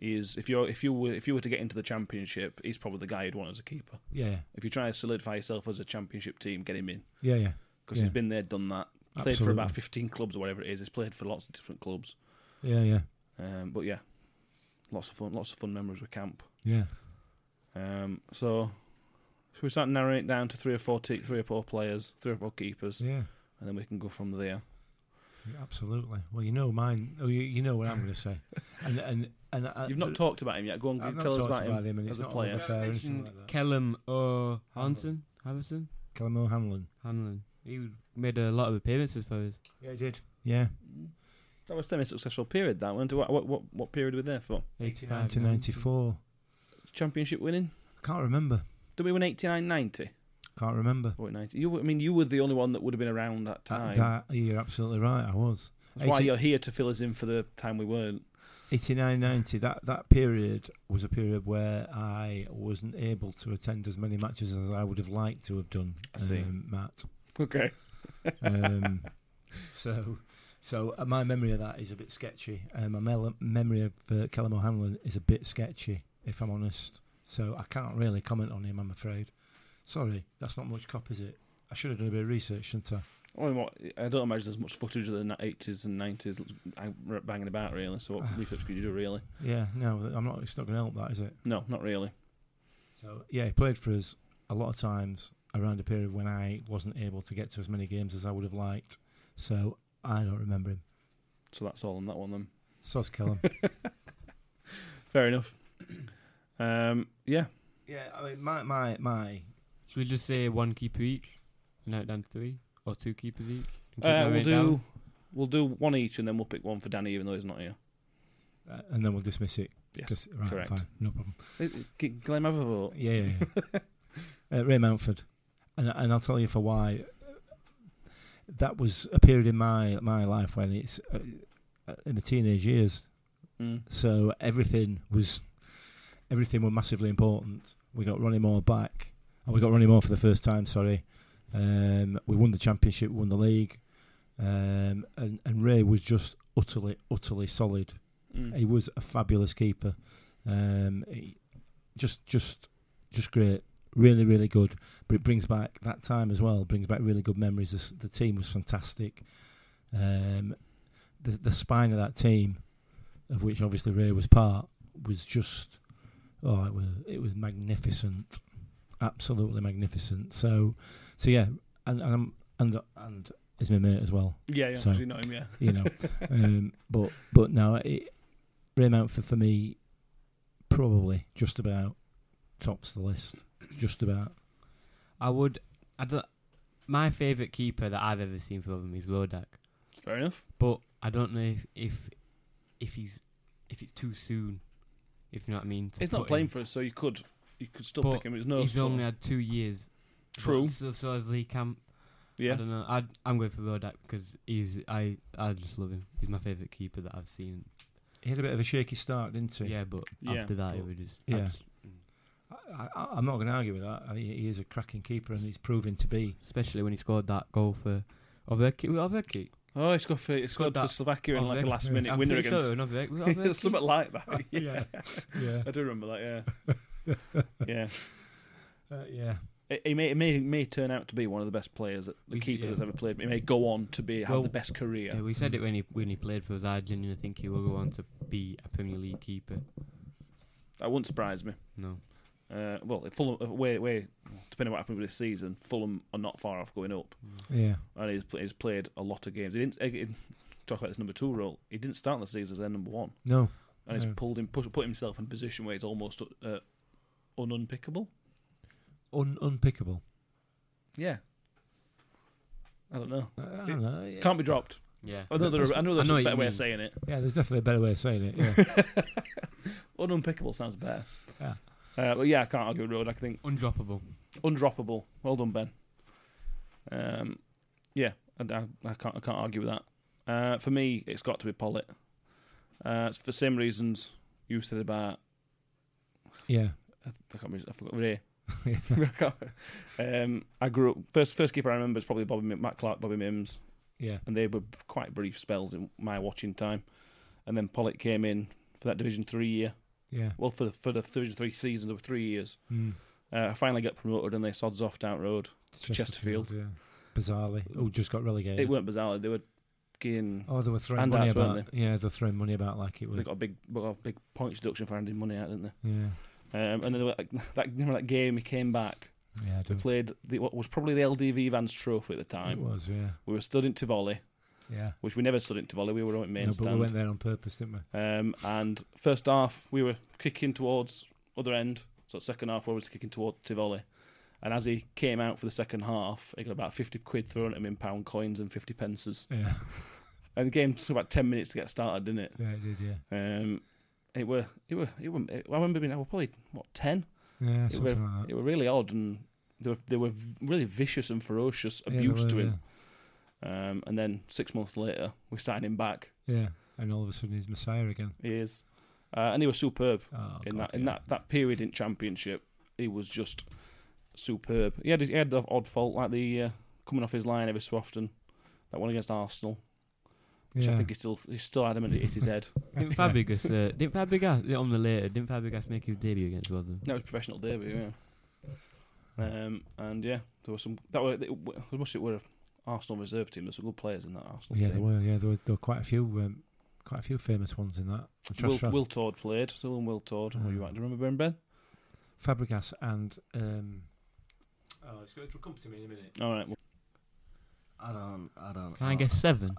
Speaker 2: he Is if you're if you were if you were to get into the championship, he's probably the guy you'd want as a keeper.
Speaker 3: yeah
Speaker 2: If you try to solidify yourself as a championship team, get him in
Speaker 3: yeah yeah.
Speaker 2: because
Speaker 3: Yeah.
Speaker 2: he's been there, done that. Played for about fifteen clubs or whatever it is. He's played for lots of different clubs.
Speaker 3: yeah yeah
Speaker 2: Um, but yeah, lots of fun, lots of fun memories with camp.
Speaker 3: yeah.
Speaker 2: Um, so So we start narrowing it down to three or four, te- three or four players, three or four keepers,
Speaker 3: Yeah,
Speaker 2: and then we can go from there.
Speaker 3: yeah, absolutely. Well, you know mine. Oh, you, you know what I'm going to say. And and and I,
Speaker 2: You've not talked about him yet. Go on,
Speaker 3: Uh, I've not
Speaker 2: tell us
Speaker 3: talked
Speaker 2: about him.
Speaker 3: and
Speaker 2: as
Speaker 3: it's
Speaker 2: a
Speaker 3: not
Speaker 2: player.
Speaker 3: Oliver Fair or anything
Speaker 4: mentioned
Speaker 3: like that.
Speaker 4: Callum O'Hanson, Harrison,
Speaker 3: Callum O'Hanlon.
Speaker 4: Hanlon. He made a lot of appearances for us.
Speaker 3: Yeah, he did. Yeah,
Speaker 2: That was a semi-successful period. That one. What, what what what period were we there for?
Speaker 4: 85,
Speaker 3: 1994.
Speaker 2: Championship winning.
Speaker 3: Can't remember.
Speaker 2: Did we win 89, 90?
Speaker 3: Can't remember.
Speaker 2: Or 90? You, were- I mean, you were the only one that would have been around that time.
Speaker 3: That, you're absolutely right. I was.
Speaker 2: That's why
Speaker 3: 80
Speaker 2: you're here to fill us in for the time we weren't.
Speaker 3: 89, 90, That that period was a period where I wasn't able to attend as many matches as I would have liked to have done.
Speaker 2: I see.
Speaker 3: um, Matt.
Speaker 2: Okay.
Speaker 3: Um, so, so uh, my memory of that is a bit sketchy. Um, my mel- memory of uh, Callum O'Hanlon is a bit sketchy, if I'm honest. So I can't really comment on him. I'm afraid. Sorry, that's not much cop, is it? I should have done a bit of research, shouldn't I?
Speaker 2: I, mean, what, I don't imagine there's much footage of the 80s and 90s hang- banging about, really. So what research could you do, really?
Speaker 3: Yeah, no, I'm not. It's not going to help that, is it?
Speaker 2: No, not really.
Speaker 3: So yeah, he played for us a lot of times around a period when I wasn't able to get to as many games as I would have liked. So I don't remember him.
Speaker 2: So that's all on that one then.
Speaker 3: Soz Callum.
Speaker 2: Fair enough. Um, yeah.
Speaker 3: yeah, I mean my my my
Speaker 4: Should we just say one keeper each? And now down to three? Or two keepers each? and keep
Speaker 2: Uh,
Speaker 4: narrowing
Speaker 2: we'll
Speaker 4: it down?
Speaker 2: do we'll do one each, and then we'll pick one for Danny, even though he's not here.
Speaker 3: uh, and then we'll dismiss it.
Speaker 2: Yes,
Speaker 3: 'cause- right,
Speaker 2: correct.
Speaker 3: Fine, no problem.
Speaker 2: Uh, uh, Can can I have a vote?
Speaker 3: Yeah, yeah. yeah. uh, Ray Mountford, and and I'll tell you for why. That was a period in my my life when it's uh, in the teenage years.
Speaker 2: Mm.
Speaker 3: So everything was everything were massively important. We got Ronnie Moore back. Oh, we got Ronnie Moore for the first time, sorry. Um, we won the championship, we won the league. Um, and, and Ray was just utterly, utterly solid.
Speaker 2: Mm.
Speaker 3: He was a fabulous keeper. Um, he- just just just great. Really, really good. But it brings back that time as well, brings back really good memories. The, s- the team was fantastic. Um, the the spine of that team, of which obviously Ray was part, was just oh, it was it was magnificent, absolutely magnificent. So, so yeah, and and I'm, and and is my mate as well,
Speaker 2: Yeah, yeah.
Speaker 3: So-
Speaker 2: actually not him. Yeah.
Speaker 3: you know. um, but but no, it, Ray Mountford for me, probably just about tops the list, just about.
Speaker 4: I would. I don't, my favourite keeper that I've ever seen for them is Rodak.
Speaker 2: Fair enough.
Speaker 4: But I don't know if if, if he's if it's too soon. If you know what I mean. to
Speaker 2: He's not
Speaker 4: put
Speaker 2: playing
Speaker 4: him.
Speaker 2: for us, so you could you could still
Speaker 4: But
Speaker 2: pick him. It's no.
Speaker 4: he's
Speaker 2: sort of-
Speaker 4: only had two years. But
Speaker 2: True.
Speaker 4: So, so is Lee Camp. I
Speaker 2: yeah.
Speaker 4: don't know. I'd, I'm going for Rodak because he's I I just love him. He's my favourite keeper that I've seen.
Speaker 3: He had a bit of a shaky start, didn't he?
Speaker 4: Yeah, but
Speaker 2: Yeah,
Speaker 4: after that it
Speaker 3: but-
Speaker 4: was just I
Speaker 3: yeah.
Speaker 4: just-
Speaker 3: I, I, I'm not going to argue with that. I, he is a cracking keeper, and he's proven to be.
Speaker 4: especially when he scored that goal for Overki. Overki.
Speaker 2: Oh, he scored for he scored for
Speaker 4: that
Speaker 2: Slovakia in
Speaker 4: off
Speaker 2: like a
Speaker 4: there.
Speaker 2: last minute winner against
Speaker 4: Sure, Overki, was it Overki?
Speaker 2: something like that. Yeah.
Speaker 3: yeah,
Speaker 2: I do remember that. Yeah. yeah.
Speaker 3: uh, yeah.
Speaker 2: It, it may it may, it may turn out to be one of the best players that the
Speaker 4: We-
Speaker 2: keeper
Speaker 4: yeah.
Speaker 2: that's ever played. It may go on to be have
Speaker 4: Well,
Speaker 2: the best career.
Speaker 4: Yeah, we said it when he when he played for us. I genuinely think he will go on to be a Premier League keeper.
Speaker 2: that wouldn't surprise me.
Speaker 4: No,
Speaker 2: Uh, well, if Fulham, uh, way, way, depending on what happens with this season, Fulham are not far off going up,
Speaker 3: Yeah,
Speaker 2: and he's, pl- he's played a lot of games. He didn't eh, he, talk about his number two role. He didn't start the season as their number one,
Speaker 3: no,
Speaker 2: and he's
Speaker 3: No.
Speaker 2: pulled him, put, put himself in a position where he's almost uh, ununpickable.
Speaker 3: Un- unpickable.
Speaker 2: Yeah, I don't know.
Speaker 3: I, Uh, I don't know. Yeah.
Speaker 2: Can't be dropped.
Speaker 4: yeah,
Speaker 2: I know, there are, I know there's
Speaker 4: I know
Speaker 2: a
Speaker 4: what
Speaker 2: better
Speaker 4: you
Speaker 2: way
Speaker 4: mean.
Speaker 2: of saying it.
Speaker 3: yeah, there's definitely a better way of saying it. Yeah,
Speaker 2: Ununpickable sounds better.
Speaker 3: Yeah.
Speaker 2: Uh, but yeah, I can't argue with Road. I think
Speaker 4: undroppable.
Speaker 2: undroppable. Well done, Ben. Um, yeah, I, I, I can't I can't argue with that. Uh, for me, it's got to be Pollitt. Uh, it's for the same reasons you said about.
Speaker 3: yeah.
Speaker 2: I, I can't remember. I forgot Ray. I can't- um, I grew up first first keeper I remember is probably Bobby Mim- Matt Clark, Bobby Mims,
Speaker 3: yeah.
Speaker 2: and they were quite brief spells in my watching time. And then Pollitt came in for that Division Three year.
Speaker 3: Yeah.
Speaker 2: Well, for the, for the Division Three season, there were three years.
Speaker 3: Mm.
Speaker 2: Uh, I finally got promoted, and they sods off down road. Chesterfield.
Speaker 3: Yeah. Bizarrely, oh, just got relegated.
Speaker 2: It weren't bizarre. They were getting
Speaker 3: Oh, they were throwing
Speaker 2: And
Speaker 3: money
Speaker 2: that's,
Speaker 3: about.
Speaker 2: weren't
Speaker 3: Yeah, they were throwing money about like it was.
Speaker 2: They got a big, got a big points deduction for handing money out, didn't they?
Speaker 3: Yeah.
Speaker 2: Um, and then they were like, that, you know, that game he came back
Speaker 3: Yeah, I do.
Speaker 2: We played the, what was probably the LDV Vans Trophy at the
Speaker 3: It
Speaker 2: time.
Speaker 3: was, yeah.
Speaker 2: We were stood in Tivoli,
Speaker 3: Yeah.
Speaker 2: which we never stood in Tivoli. We were on main
Speaker 3: No, but we
Speaker 2: stand.
Speaker 3: went there on purpose, didn't we?
Speaker 2: Um, and first half, we were kicking towards other end. So second half, we were kicking towards Tivoli. And as he came out for the second half, he got about 50 quid thrown at him in pound coins and 50 pences.
Speaker 3: Yeah,
Speaker 2: And the game took about 10 minutes to get started, didn't it?
Speaker 3: yeah, it did, yeah.
Speaker 2: Um, it were, it were, it were, I remember being, I was probably, what, 10?
Speaker 3: Yeah,
Speaker 2: It were,
Speaker 3: something like that.
Speaker 2: it were really odd and they were, they were really vicious and ferocious
Speaker 3: Yeah, they
Speaker 2: abuse to
Speaker 3: were,
Speaker 2: him. Um, and then six months later, we signed him back.
Speaker 3: Yeah. yeah, and all of a sudden he's Messiah again.
Speaker 2: He is. Uh, and he was superb.
Speaker 3: Oh,
Speaker 2: in
Speaker 3: God,
Speaker 2: that in
Speaker 3: yeah.
Speaker 2: that, that period in championship, he was just superb. He had he had the odd fault like the uh, coming off his line every so often. That one against Arsenal, which I
Speaker 3: Yeah.
Speaker 2: think he still he's still adamant it hit his head.
Speaker 4: Didn't Fabregas, uh, didn't Fabregas, on the later, didn't Fabregas make his debut against Rotherham?
Speaker 2: No, it was professional debut, yeah. Um, and yeah, there was some that were it, w- as much as it were a Arsenal reserve team. There's some good players in that Arsenal
Speaker 3: Yeah, there
Speaker 2: team.
Speaker 3: were. Yeah, there were, there were quite a few, um, quite a few famous ones in that.
Speaker 2: Will,
Speaker 3: Trashra-
Speaker 2: Will Todd played. Still in Will Todd. Who you
Speaker 3: Ah.
Speaker 2: at? Do you remember Ben? Ben?
Speaker 3: Fabregas and um, oh, it's going to come to me in a minute.
Speaker 2: All right. Well,
Speaker 5: I don't. Um, I don't.
Speaker 4: Can I
Speaker 2: Uh,
Speaker 4: guess seven?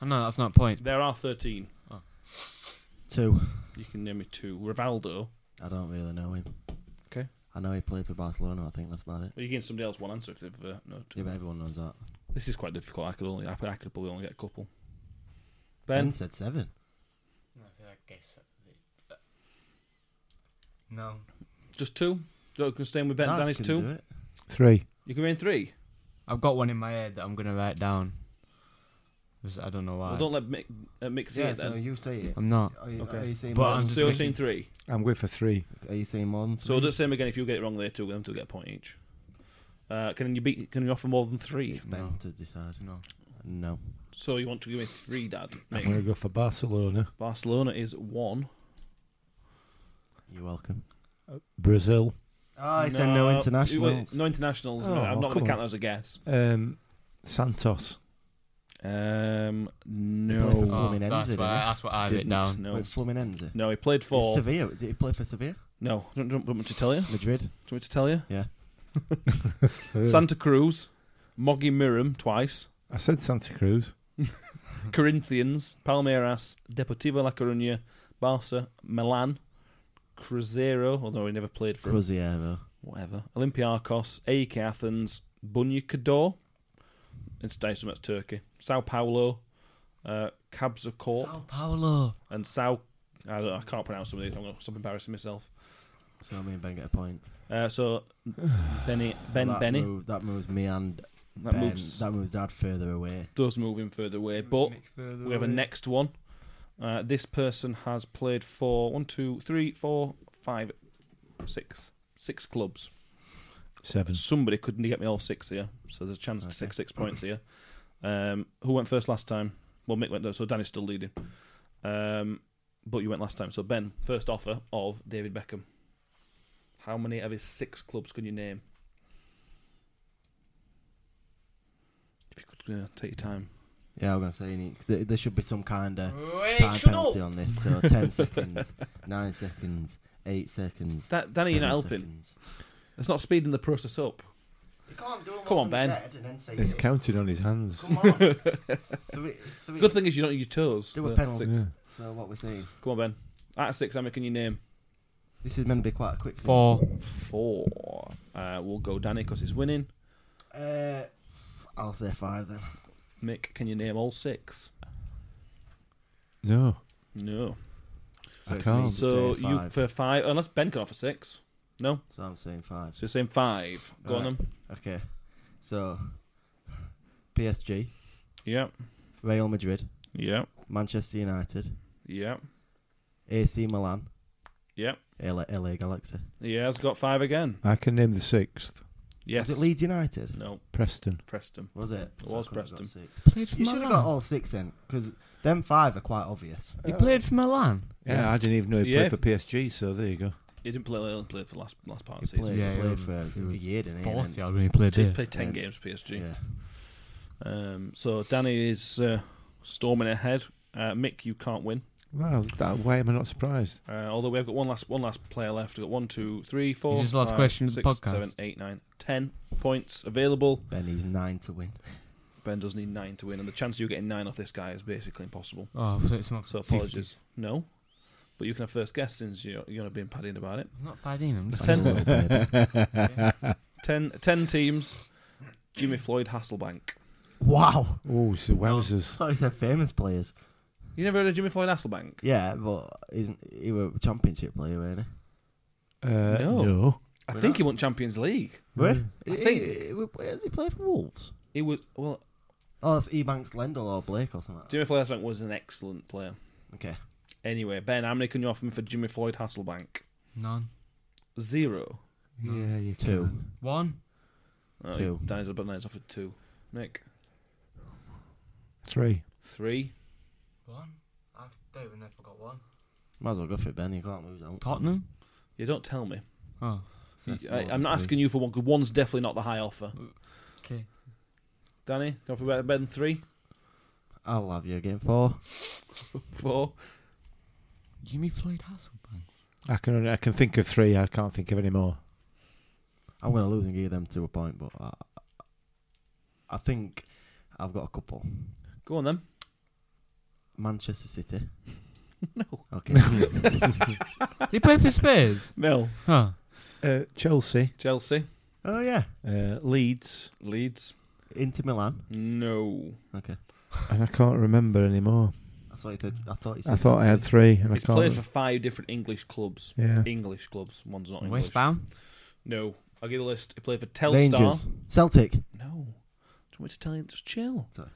Speaker 4: I know that's not point.
Speaker 2: there are 13.
Speaker 5: Two.
Speaker 2: You can name me two. Rivaldo.
Speaker 5: I don't really know him.
Speaker 2: 'Kay.
Speaker 5: I know he played for Barcelona. I think that's about it.
Speaker 2: But you give somebody else one answer if they've uh, no two.
Speaker 5: Yeah, but everyone knows that.
Speaker 2: This is quite difficult. I could only, I, I could probably only get a couple.
Speaker 5: Ben,
Speaker 2: Ben,
Speaker 5: said seven.
Speaker 4: No.
Speaker 2: just two. Go can stay in with Ben.
Speaker 5: Dad
Speaker 2: Danny's
Speaker 5: can
Speaker 2: two.
Speaker 5: do it.
Speaker 3: Three.
Speaker 2: You can be in three.
Speaker 4: I've got one in my head that I'm going to write down. 'Cause I don't know why.
Speaker 2: Well, don't let Mick, uh, Mick see
Speaker 5: Yeah,
Speaker 2: it
Speaker 5: so
Speaker 2: then.
Speaker 5: you say it.
Speaker 4: I'm not.
Speaker 5: Are you,
Speaker 2: Okay.
Speaker 5: are you saying
Speaker 4: But
Speaker 5: more?
Speaker 4: I'm
Speaker 2: So
Speaker 4: just
Speaker 2: you're saying
Speaker 4: thinking-
Speaker 2: three.
Speaker 6: I'm going for three.
Speaker 5: Are you saying more than
Speaker 2: So we'll
Speaker 5: three?
Speaker 2: just same again. If you get it wrong, they two them to get a point each. Uh, can you beat? Can you offer more than three?
Speaker 5: It's Ben
Speaker 4: No.
Speaker 5: to decide.
Speaker 4: No.
Speaker 5: No.
Speaker 2: So you want to give me three, Dad?
Speaker 6: I'm
Speaker 2: Mick.
Speaker 6: going to go for Barcelona,
Speaker 2: Barcelona is one.
Speaker 5: You're welcome.
Speaker 6: Brazil,
Speaker 5: Oh,
Speaker 2: Ah,
Speaker 5: I said no internationals.
Speaker 2: No internationals. no,
Speaker 6: Oh,
Speaker 2: I'm
Speaker 6: come
Speaker 2: not going to
Speaker 6: on.
Speaker 2: count that as a guess.
Speaker 6: um, Santos.
Speaker 2: Um,
Speaker 5: Play for
Speaker 2: no,
Speaker 5: Fluminense,
Speaker 4: that's,
Speaker 5: didn't
Speaker 4: what,
Speaker 5: he?
Speaker 4: that's what I wrote
Speaker 2: didn't.
Speaker 4: down.
Speaker 2: No,
Speaker 5: Wait, Fluminense.
Speaker 2: no, he played
Speaker 5: It's
Speaker 2: four.
Speaker 5: Sevilla. Did he play for Sevilla?
Speaker 2: No, don't, don't, don't want me to tell you.
Speaker 5: Madrid.
Speaker 2: Do you want me to tell you?
Speaker 5: Yeah.
Speaker 2: Santa Cruz, Moggy Miram twice,
Speaker 6: I said Santa Cruz.
Speaker 2: Corinthians, Palmeiras, Deportivo La Coruña, Barca, Milan, Cruzeiro, although he never played for 'em,
Speaker 5: Cruzeiro.
Speaker 2: whatever, Olympiacos, AEK Athens, Bunyakador, instead so that's Turkey, Sao Paulo, uh, Kabzakorp,
Speaker 4: Sao Paulo.
Speaker 2: and Sao. I, don't, I can't pronounce some of these. I'm, gonna, stop embarrassing myself.
Speaker 5: So me and Ben get a point.
Speaker 2: Uh, so Benny,
Speaker 5: So
Speaker 2: Ben,
Speaker 5: that
Speaker 2: Benny,
Speaker 5: move- that moves me and
Speaker 2: that
Speaker 5: ben,
Speaker 2: moves
Speaker 5: That moves Dad further away.
Speaker 2: does move him further away, but We have a next one. Uh, this person has played for one, two, three, four, five, six, six clubs.
Speaker 3: Hmm.
Speaker 6: Seven.
Speaker 2: Somebody couldn't get me all six here, so there's a chance to take six points here. Um, who went first last time? Well, Mick went, so Danny's still leading. Um, but you went last time. So, Ben, first offer of David Beckham. How many of his six clubs can you name? If you could uh, take your time.
Speaker 5: Yeah, I was gonna say you need- there, there should be some kind of time penalty on this. So ten seconds, nine seconds, eight seconds.
Speaker 2: That, Danny, you're not
Speaker 5: seven
Speaker 2: helping.
Speaker 5: seconds.
Speaker 2: It's not speeding the process up.
Speaker 5: You can't do them
Speaker 2: Come
Speaker 5: all
Speaker 2: on,
Speaker 5: in
Speaker 2: Ben.
Speaker 5: his head and then say
Speaker 6: It's
Speaker 5: it.
Speaker 6: counted on his hands.
Speaker 5: Come on. three, three.
Speaker 2: Good thing is you don't use your toes.
Speaker 5: Do a
Speaker 2: for
Speaker 5: penalty.
Speaker 2: six.
Speaker 6: Yeah.
Speaker 5: So what we're saying.
Speaker 2: Come on, Ben. Out of six, how many can you name?
Speaker 5: This is meant to be quite a quick. thing.
Speaker 4: Four.
Speaker 2: Four. Uh, we'll go Danny because he's winning.
Speaker 5: Uh, I'll say five then.
Speaker 2: Mick, can you name all six?
Speaker 6: No,
Speaker 2: No.
Speaker 6: I
Speaker 5: it's
Speaker 6: can't.
Speaker 5: me
Speaker 2: So
Speaker 5: saying
Speaker 2: you
Speaker 5: five.
Speaker 2: for five, unless Ben can offer six. No.
Speaker 5: So I'm saying five.
Speaker 2: So you're saying five. Go on
Speaker 5: Right.
Speaker 2: then.
Speaker 5: Okay. So PSG,
Speaker 2: Yeah.
Speaker 5: Real Madrid,
Speaker 2: Yeah.
Speaker 5: Manchester United,
Speaker 2: Yeah.
Speaker 5: AC Milan,
Speaker 2: Yeah.
Speaker 5: LA, LA Galaxy.
Speaker 2: He has got five again.
Speaker 6: I can name the sixth.
Speaker 2: Yes.
Speaker 5: Was it Leeds United?
Speaker 2: No.
Speaker 6: Preston.
Speaker 2: Preston.
Speaker 5: Was it?
Speaker 2: It was
Speaker 5: I could've got
Speaker 2: Preston.
Speaker 5: six.
Speaker 4: Played for
Speaker 5: You should have got
Speaker 4: Milan.
Speaker 5: all six then, because them five are quite obvious.
Speaker 4: He played for Milan.
Speaker 6: Yeah, I didn't even know he
Speaker 2: Yeah.
Speaker 6: played for PSG. So there you go.
Speaker 2: He didn't play. He only played for the last last part of
Speaker 5: He
Speaker 2: the season.
Speaker 5: played,
Speaker 4: Yeah,
Speaker 5: he played
Speaker 4: um,
Speaker 5: for
Speaker 4: he
Speaker 5: a
Speaker 4: was
Speaker 5: year, didn't he?
Speaker 4: Fourth
Speaker 5: And
Speaker 4: yard when he played
Speaker 2: He
Speaker 4: there.
Speaker 2: played ten
Speaker 5: Yeah.
Speaker 2: games for PSG.
Speaker 5: then- Yeah.
Speaker 2: Um, so Danny is uh, storming ahead. Uh, Mick, you can't win.
Speaker 6: Wow, that way am I not surprised.
Speaker 2: Uh, although we've got one last one last player left. We've got one, two, three, four,
Speaker 4: Is this the last
Speaker 2: five,
Speaker 4: question of the
Speaker 2: six,
Speaker 4: podcast?
Speaker 2: seven, eight, nine, ten points available.
Speaker 5: Benny's nine to win.
Speaker 2: Ben does need nine to win, and the chance of you getting nine off this guy is basically impossible.
Speaker 4: Oh, so it's not.
Speaker 2: So apologies. No. But you can have first guess since you're, you're not being padding about it.
Speaker 4: I'm not fighting him.
Speaker 5: By a
Speaker 2: Ten.
Speaker 5: little bit.
Speaker 2: Ten, ten teams. Jimmy Floyd Hasselbank.
Speaker 5: wow.
Speaker 6: Oh, so wowzers.
Speaker 5: So they're famous players.
Speaker 2: You never heard of Jimmy Floyd Hasselbank?
Speaker 5: Yeah, but isn't he were a championship player, weren't he?
Speaker 6: Uh,
Speaker 2: No.
Speaker 6: no.
Speaker 2: I think he won Champions League.
Speaker 5: Were he?
Speaker 2: I
Speaker 5: He-
Speaker 2: think-
Speaker 5: he- he- Does he play for Wolves?
Speaker 2: He was well.
Speaker 5: Oh, that's Ebanks Lendl or Blake or something.
Speaker 2: Jimmy Floyd Hasselbank was an excellent player.
Speaker 5: Okay.
Speaker 2: Anyway, Ben, how many can you offer me for Jimmy Floyd Hasselbank?
Speaker 4: None.
Speaker 2: Zero.
Speaker 6: Yeah, you
Speaker 5: Two.
Speaker 6: can.
Speaker 4: One.
Speaker 2: Oh,
Speaker 5: Two.
Speaker 2: Danny's, but Danny's offered two. Nick,
Speaker 6: Three.
Speaker 2: three.
Speaker 4: One. I don't even know if I got one.
Speaker 5: Might as well go for it, Ben. You can't lose out.
Speaker 4: Tottenham.
Speaker 2: You don't tell me.
Speaker 4: Oh,
Speaker 2: You- I, am not asking you for one. 'cause One's definitely not the high offer.
Speaker 4: okay.
Speaker 2: Danny, go for better Ben three,
Speaker 5: I'll have you again. Four.
Speaker 2: four.
Speaker 4: Jimmy Floyd Hasselbank.
Speaker 6: I can only, I can think of three. I can't think of any more.
Speaker 5: I'm going to lose and give them two a point, but I, I think I've got a couple.
Speaker 2: Go on then.
Speaker 5: Manchester City.
Speaker 2: No.
Speaker 5: Okay.
Speaker 4: they play for Spurs.
Speaker 2: Mill.
Speaker 4: Huh.
Speaker 6: Uh, Chelsea,
Speaker 2: Chelsea.
Speaker 5: oh, yeah.
Speaker 6: uh, Leeds,
Speaker 2: Leeds.
Speaker 5: Inter Milan.
Speaker 2: No.
Speaker 6: and I can't remember anymore.
Speaker 5: That's what he said. I thought he said.
Speaker 6: I thought I had three, and
Speaker 2: He's
Speaker 6: I can't.
Speaker 2: played for five different English clubs.
Speaker 6: yeah.
Speaker 2: English clubs. One's not English.
Speaker 4: West Ham.
Speaker 2: No. I'll give you the list. He played for Telstar.
Speaker 5: Rangers. Celtic.
Speaker 2: No. Do you want me to tell you? Just chill.
Speaker 5: Sorry.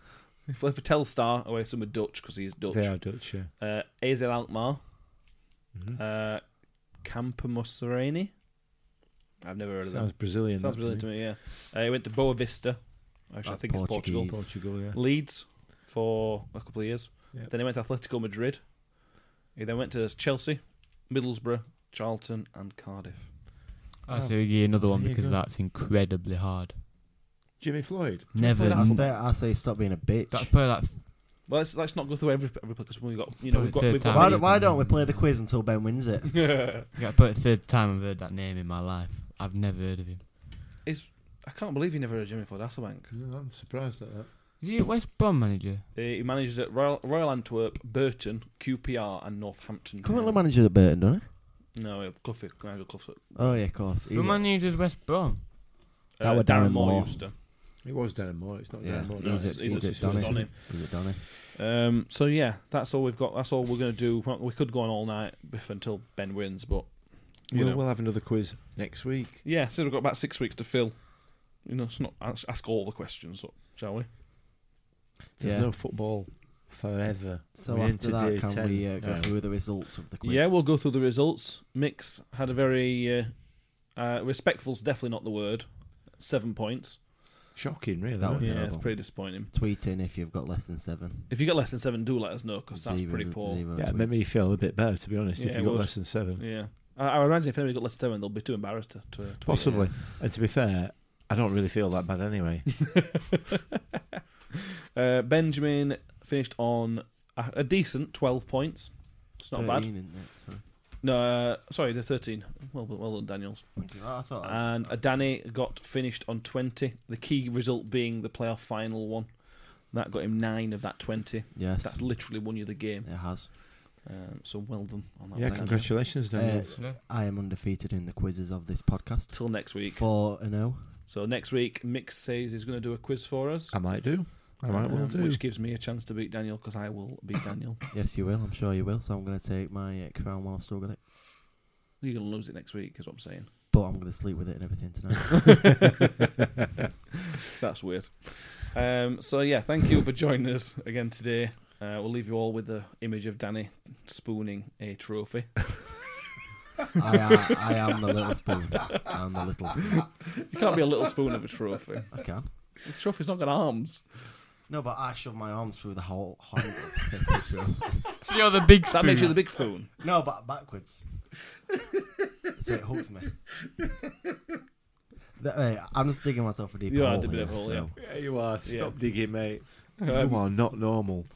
Speaker 2: He played for Telstar. Oh, Away, some are Dutch because he's Dutch.
Speaker 6: They are Dutch. Yeah.
Speaker 2: Uh, AZ Alkmaar.
Speaker 6: Mhm.
Speaker 2: Uh, Campo Mussolini. I've never heard of
Speaker 6: Sounds
Speaker 2: them.
Speaker 6: Brazilian.
Speaker 2: Sounds
Speaker 6: that
Speaker 2: brilliant to me, yeah. Uh, he went to Boa Vista, which I
Speaker 5: That's
Speaker 2: think is
Speaker 5: Portuguese.
Speaker 2: Portugal.
Speaker 6: Portugal. Yeah.
Speaker 2: Leeds for a couple of years.
Speaker 6: Yeah.
Speaker 2: Then he went to Atletico Madrid. He then went to Chelsea, Middlesbrough, Charlton, and Cardiff.
Speaker 4: I say we give another one
Speaker 6: Oh. There you
Speaker 4: because
Speaker 6: go.
Speaker 4: that's incredibly hard.
Speaker 6: Jimmy Floyd.
Speaker 4: Never.
Speaker 5: I
Speaker 4: That's
Speaker 5: say, I say stop being a bitch.
Speaker 4: probably like
Speaker 2: Well, let's, let's not go through every every because we've got you know we've got
Speaker 4: Probably
Speaker 2: we've
Speaker 4: third
Speaker 5: why,
Speaker 2: got
Speaker 5: don't- why don't we play the quiz until Ben wins it?
Speaker 4: yeah, about the third time I've heard that name in my life. I've never heard of him.
Speaker 2: is I can't believe you never heard of Jimmy Floyd Hasselbank.
Speaker 6: I'm surprised at that.
Speaker 4: Is he a West Brom manager?
Speaker 2: He manages at Royal, Royal Antwerp, Burton, QPR, and Northampton.
Speaker 5: Currently
Speaker 2: Town.
Speaker 5: manager at Burton, don't he?
Speaker 2: No, Cluffy, Nigel Cluffy.
Speaker 5: Oh, yeah, of course. He-
Speaker 4: Who manages West Brom?
Speaker 2: Uh,
Speaker 5: That were Darren Moore.
Speaker 2: used to.
Speaker 6: It was Darren Moore. It's not
Speaker 5: Yeah,
Speaker 6: Darren Moore.
Speaker 5: he's
Speaker 6: it's-
Speaker 5: at-
Speaker 6: it's-
Speaker 5: he's
Speaker 6: it's
Speaker 5: at
Speaker 6: Donny.
Speaker 2: Donny.
Speaker 5: Is it Donny?
Speaker 2: Um, so yeah, that's all we've got. That's all we're gonna do. Well, We could go on all night bef- until Ben wins, but you
Speaker 6: We'll,
Speaker 2: know.
Speaker 6: we'll have another quiz next week.
Speaker 2: yeah, so we've got about six weeks to fill. You know, it's not ask, ask all the questions, up, shall we?
Speaker 6: There's
Speaker 5: Yeah.
Speaker 6: no football forever.
Speaker 5: So
Speaker 6: We're
Speaker 5: after
Speaker 6: into
Speaker 5: that,
Speaker 6: day
Speaker 5: can
Speaker 6: 10
Speaker 5: we uh, go
Speaker 6: now.
Speaker 5: through the results of the quiz?
Speaker 2: Yeah, we'll go through the results. Mix had a very uh, uh, respectful's definitely not the word. Seven points.
Speaker 6: Shocking, really.
Speaker 5: That was
Speaker 6: isn't it?
Speaker 2: yeah,
Speaker 5: Oh, terrible.
Speaker 2: it's pretty disappointing.
Speaker 5: Tweet in if you've got less than seven.
Speaker 2: If you get less than seven, do let us know because that's
Speaker 5: Zero-
Speaker 2: pretty poor.
Speaker 5: zero
Speaker 6: Yeah, it
Speaker 5: tweets.
Speaker 6: made me feel a bit better, to be honest,
Speaker 2: Yeah,
Speaker 6: if
Speaker 2: it
Speaker 6: you got
Speaker 2: was.
Speaker 6: less than seven.
Speaker 2: Yeah, I, I imagine if anybody got less than seven, they'll be too embarrassed to. to tweet.
Speaker 6: Possibly. And to be fair, I don't really feel that bad anyway.
Speaker 2: Uh, Benjamin finished on a, a decent 12 points. It's not bad.
Speaker 5: 13, isn't it? So-
Speaker 2: No, uh, sorry, the 13. Well, well done, Daniels.
Speaker 5: Thank you. Oh, I thought I-
Speaker 2: And uh, Danny got finished on 20. The key result being the playoff final one. That got him nine of that 20.
Speaker 5: yes,
Speaker 2: That's literally won you the game.
Speaker 5: it has.
Speaker 2: Um, so well done on that.
Speaker 6: yeah,
Speaker 2: one.
Speaker 6: congratulations, Daniels.
Speaker 5: I am undefeated in the quizzes of this podcast.
Speaker 2: Till next week.
Speaker 5: Four and oh. zero.
Speaker 2: So next week, Mix says he's going to do a quiz for us.
Speaker 6: I might do. I might well
Speaker 2: um,
Speaker 6: do.
Speaker 2: Which gives me a chance to beat Daniel because I will beat Daniel.
Speaker 5: Yes, you will. I'm sure you will. So I'm going to take my uh, crown while I've still got it.
Speaker 2: You're going to lose it next week, is what I'm saying.
Speaker 5: But I'm going to sleep with it and everything tonight.
Speaker 2: That's weird. Um, so yeah, thank you for joining us again today. Uh, we'll leave you all with the image of Danny spooning a trophy.
Speaker 5: I, am, I am the little spoon. I'm the little spoon.
Speaker 2: You can't be a little spoon of a trophy.
Speaker 5: I can.
Speaker 2: This trophy's not got arms.
Speaker 5: No, but I shove my arms through the whole.
Speaker 4: So you're the big
Speaker 2: That makes you the big spoon.
Speaker 5: no, but backwards. so it hooks me. That- hey, I'm just digging myself a deep
Speaker 2: You are
Speaker 5: hole.
Speaker 2: digging a
Speaker 5: here,
Speaker 2: hole,
Speaker 5: so-
Speaker 2: yeah.
Speaker 6: Yeah, you are.
Speaker 2: Stop
Speaker 6: digging, mate.
Speaker 2: Um,
Speaker 6: you are not normal.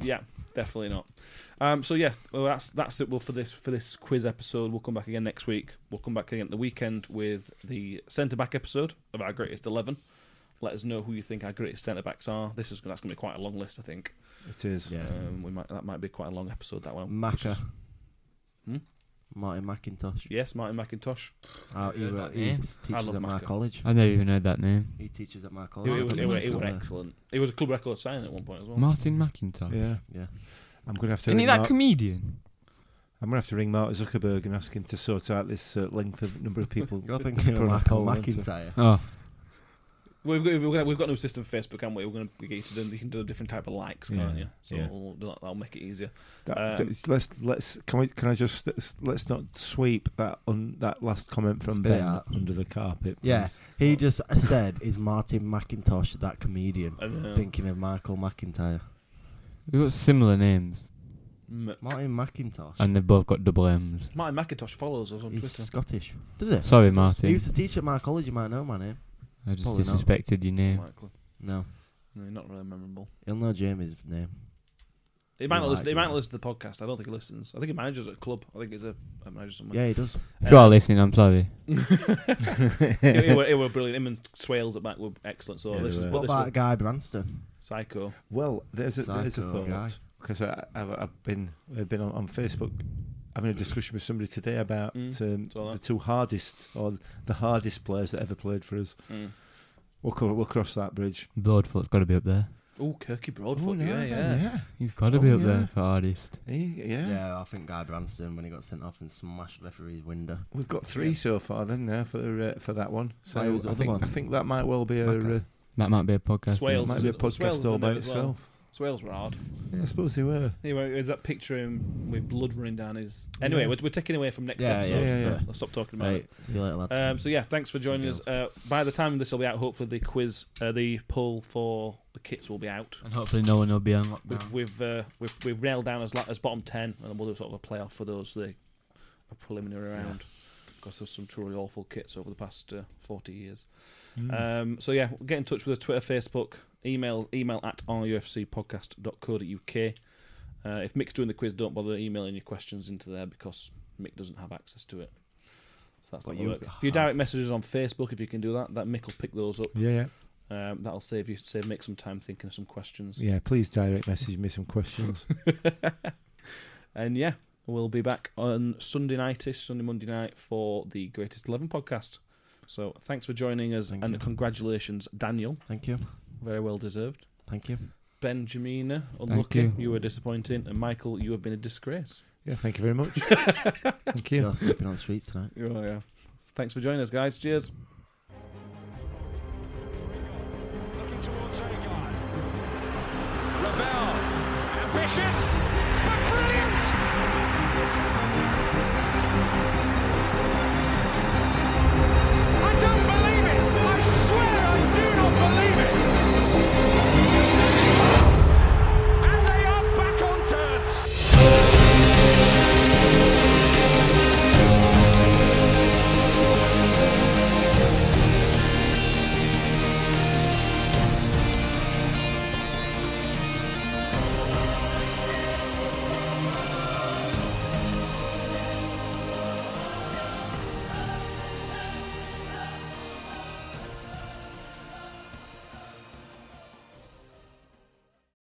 Speaker 2: Yeah, definitely not. Um, so yeah, well, that's that's it. Well, for this for this quiz episode, we'll come back again next week. We'll come back again at the weekend with the centre back episode of our greatest eleven. Let us know who you think our greatest centre backs are. This is that's going to be quite a long list, I think.
Speaker 3: It is.
Speaker 5: Yeah.
Speaker 2: Um, we might that might be quite a long episode that one. which
Speaker 5: Macca.
Speaker 2: is- Hmm?
Speaker 5: Martin McIntosh.
Speaker 2: yes, Martin McIntosh.
Speaker 5: Uh, he,
Speaker 4: heard
Speaker 5: wa-
Speaker 4: that
Speaker 5: he
Speaker 4: name.
Speaker 5: teaches
Speaker 2: I love
Speaker 5: at my
Speaker 2: Macca.
Speaker 5: college.
Speaker 4: I've never even heard that name.
Speaker 5: He teaches at my
Speaker 2: He,
Speaker 5: college.
Speaker 2: he,
Speaker 5: I
Speaker 2: was-
Speaker 5: don't
Speaker 2: he,
Speaker 5: know
Speaker 2: was-
Speaker 5: if
Speaker 2: he
Speaker 5: he's
Speaker 2: was
Speaker 5: on there.
Speaker 2: excellent. He was a club record signing at one point as well.
Speaker 4: Martin McIntosh.
Speaker 3: Yeah.
Speaker 5: Yeah.
Speaker 3: I'm gonna have to.
Speaker 4: Isn't he
Speaker 3: Ring
Speaker 4: that
Speaker 3: Mark,
Speaker 4: comedian?
Speaker 3: I'm gonna have to ring Mark Zuckerberg and ask him to sort out this uh, length of number of people.
Speaker 5: You're thinking
Speaker 3: put
Speaker 5: of
Speaker 3: on a
Speaker 5: Michael
Speaker 3: poll, aren't you?
Speaker 5: McIntyre.
Speaker 4: Oh,
Speaker 2: We've got, we've got we've got a new system for Facebook, haven't we? We're going to get you to do you can do a different type of likes, can't
Speaker 3: Yeah,
Speaker 2: you? So
Speaker 3: yeah.
Speaker 2: we'll do that, that'll make it easier.
Speaker 3: That,
Speaker 2: Um,
Speaker 3: let's let's can we can I just let's, let's not sweep that un, that last comment from
Speaker 5: Spit
Speaker 3: Ben
Speaker 5: out.
Speaker 3: under the carpet.
Speaker 5: Yeah.
Speaker 3: please.
Speaker 5: He just said, "Is Martin McIntosh that comedian?"
Speaker 2: I don't know.
Speaker 5: Thinking of Michael McIntyre.
Speaker 4: they've got similar names,
Speaker 2: M-
Speaker 5: Martin McIntosh.
Speaker 4: and they've both got double M's.
Speaker 2: Martin McIntosh follows us on
Speaker 5: He's
Speaker 2: Twitter.
Speaker 5: Scottish. Does it?
Speaker 4: Sorry,
Speaker 5: He
Speaker 4: Martin.
Speaker 5: used to teach at my college. You might know my name.
Speaker 4: I just
Speaker 5: Probably not.
Speaker 4: disrespected your name.
Speaker 2: Michael.
Speaker 5: No,
Speaker 2: No, not really memorable.
Speaker 5: he'll know Jamie's name.
Speaker 2: He might
Speaker 5: He
Speaker 2: not listen.
Speaker 5: might
Speaker 2: He
Speaker 5: do
Speaker 2: might
Speaker 5: that.
Speaker 2: not listen to the podcast. I don't think he listens. I think he manages at a club. I think he's a, a manager somewhere.
Speaker 5: Yeah, he does.
Speaker 4: If you are listening, I'm sorry.
Speaker 2: it, it were, it were brilliant. Him and Swales at back were excellent. So
Speaker 3: Yeah,
Speaker 2: this
Speaker 3: they
Speaker 2: is
Speaker 3: were.
Speaker 2: what
Speaker 5: What
Speaker 2: this
Speaker 5: about
Speaker 2: was,
Speaker 5: Guy Branston?
Speaker 2: psycho.
Speaker 3: Well, there's a there's a
Speaker 5: Psycho guy.
Speaker 3: thought because I've, I've been I've been on, on Facebook having a discussion with somebody today about
Speaker 2: Mm, saw
Speaker 3: um, the
Speaker 2: that.
Speaker 3: two hardest or the hardest players that ever played for us.
Speaker 2: Mm.
Speaker 3: We'll co- we'll cross that bridge.
Speaker 4: Broadfoot's got to be up there.
Speaker 2: Oh, Kirky Broadfoot. yeah,
Speaker 3: eh?
Speaker 2: yeah.
Speaker 4: He's got to
Speaker 3: Oh,
Speaker 4: be up
Speaker 3: yeah.
Speaker 4: there for artist.
Speaker 3: yeah. He- yeah.
Speaker 5: Yeah, I think Guy Branston when he got sent off and smashed referee's window.
Speaker 3: We've got three so far then now for uh, for that one. So
Speaker 5: Why was the
Speaker 3: I
Speaker 5: other
Speaker 3: think
Speaker 5: one?
Speaker 3: I think that might well be a
Speaker 5: Macca.
Speaker 3: uh,
Speaker 4: That might be a podcast.
Speaker 2: Swales.
Speaker 3: might be a
Speaker 2: Well, Swales
Speaker 3: podcast all
Speaker 2: in there
Speaker 3: by
Speaker 2: as well.
Speaker 3: itself.
Speaker 2: Swales were hard.
Speaker 3: Yeah, I suppose they were.
Speaker 2: Anyway, there's that picture of him with blood running down his. Anyway,
Speaker 3: Yeah.
Speaker 2: we're, we're taking away from next
Speaker 5: Yeah,
Speaker 2: episode.
Speaker 3: yeah, yeah.
Speaker 2: so Let's stop talking about
Speaker 5: Right, see you later, lads.
Speaker 2: it. Um, so yeah, thanks for joining us. Uh, by the time this will be out, hopefully the quiz, uh, the poll for the kits will be out.
Speaker 4: And hopefully no one will be on lockdown.
Speaker 2: We've we've uh, we've, we've railed down as la- as bottom ten, and then we'll do sort of a playoff for those the a preliminary round because there's some truly awful kits over the past uh, forty years.
Speaker 5: Mm.
Speaker 2: Um, so yeah, get in touch with us Twitter, Facebook, email email at rufcpodcast.co.uk. Uh, if Mick's doing the quiz, don't bother emailing your questions into there because Mick doesn't have access to it. So that's
Speaker 5: But
Speaker 2: not
Speaker 5: you
Speaker 2: work. If you
Speaker 5: have.
Speaker 2: direct messages on Facebook, if you can do that, that Mick will pick those up.
Speaker 3: yeah, yeah,
Speaker 2: Um, that'll save you save Mick some time thinking of some questions.
Speaker 3: yeah. Please direct message me some questions.
Speaker 2: and yeah, we'll be back on Sunday nightish, Sunday Monday night for the Greatest Eleven podcast. So thanks for joining us,
Speaker 5: Thank
Speaker 2: and
Speaker 5: you.
Speaker 2: congratulations, Daniel.
Speaker 5: thank you,
Speaker 2: Very well deserved.
Speaker 5: thank you.
Speaker 2: Benjamina, unlucky.
Speaker 4: you.
Speaker 2: You. were disappointing, and Michael, you have been a disgrace.
Speaker 3: yeah, thank you very much. thank you.
Speaker 5: You're sleeping on the streets tonight.
Speaker 2: Oh, yeah. Thanks for joining us, guys. Cheers.
Speaker 1: Looking towards Hagar. Ravel. Ambitious.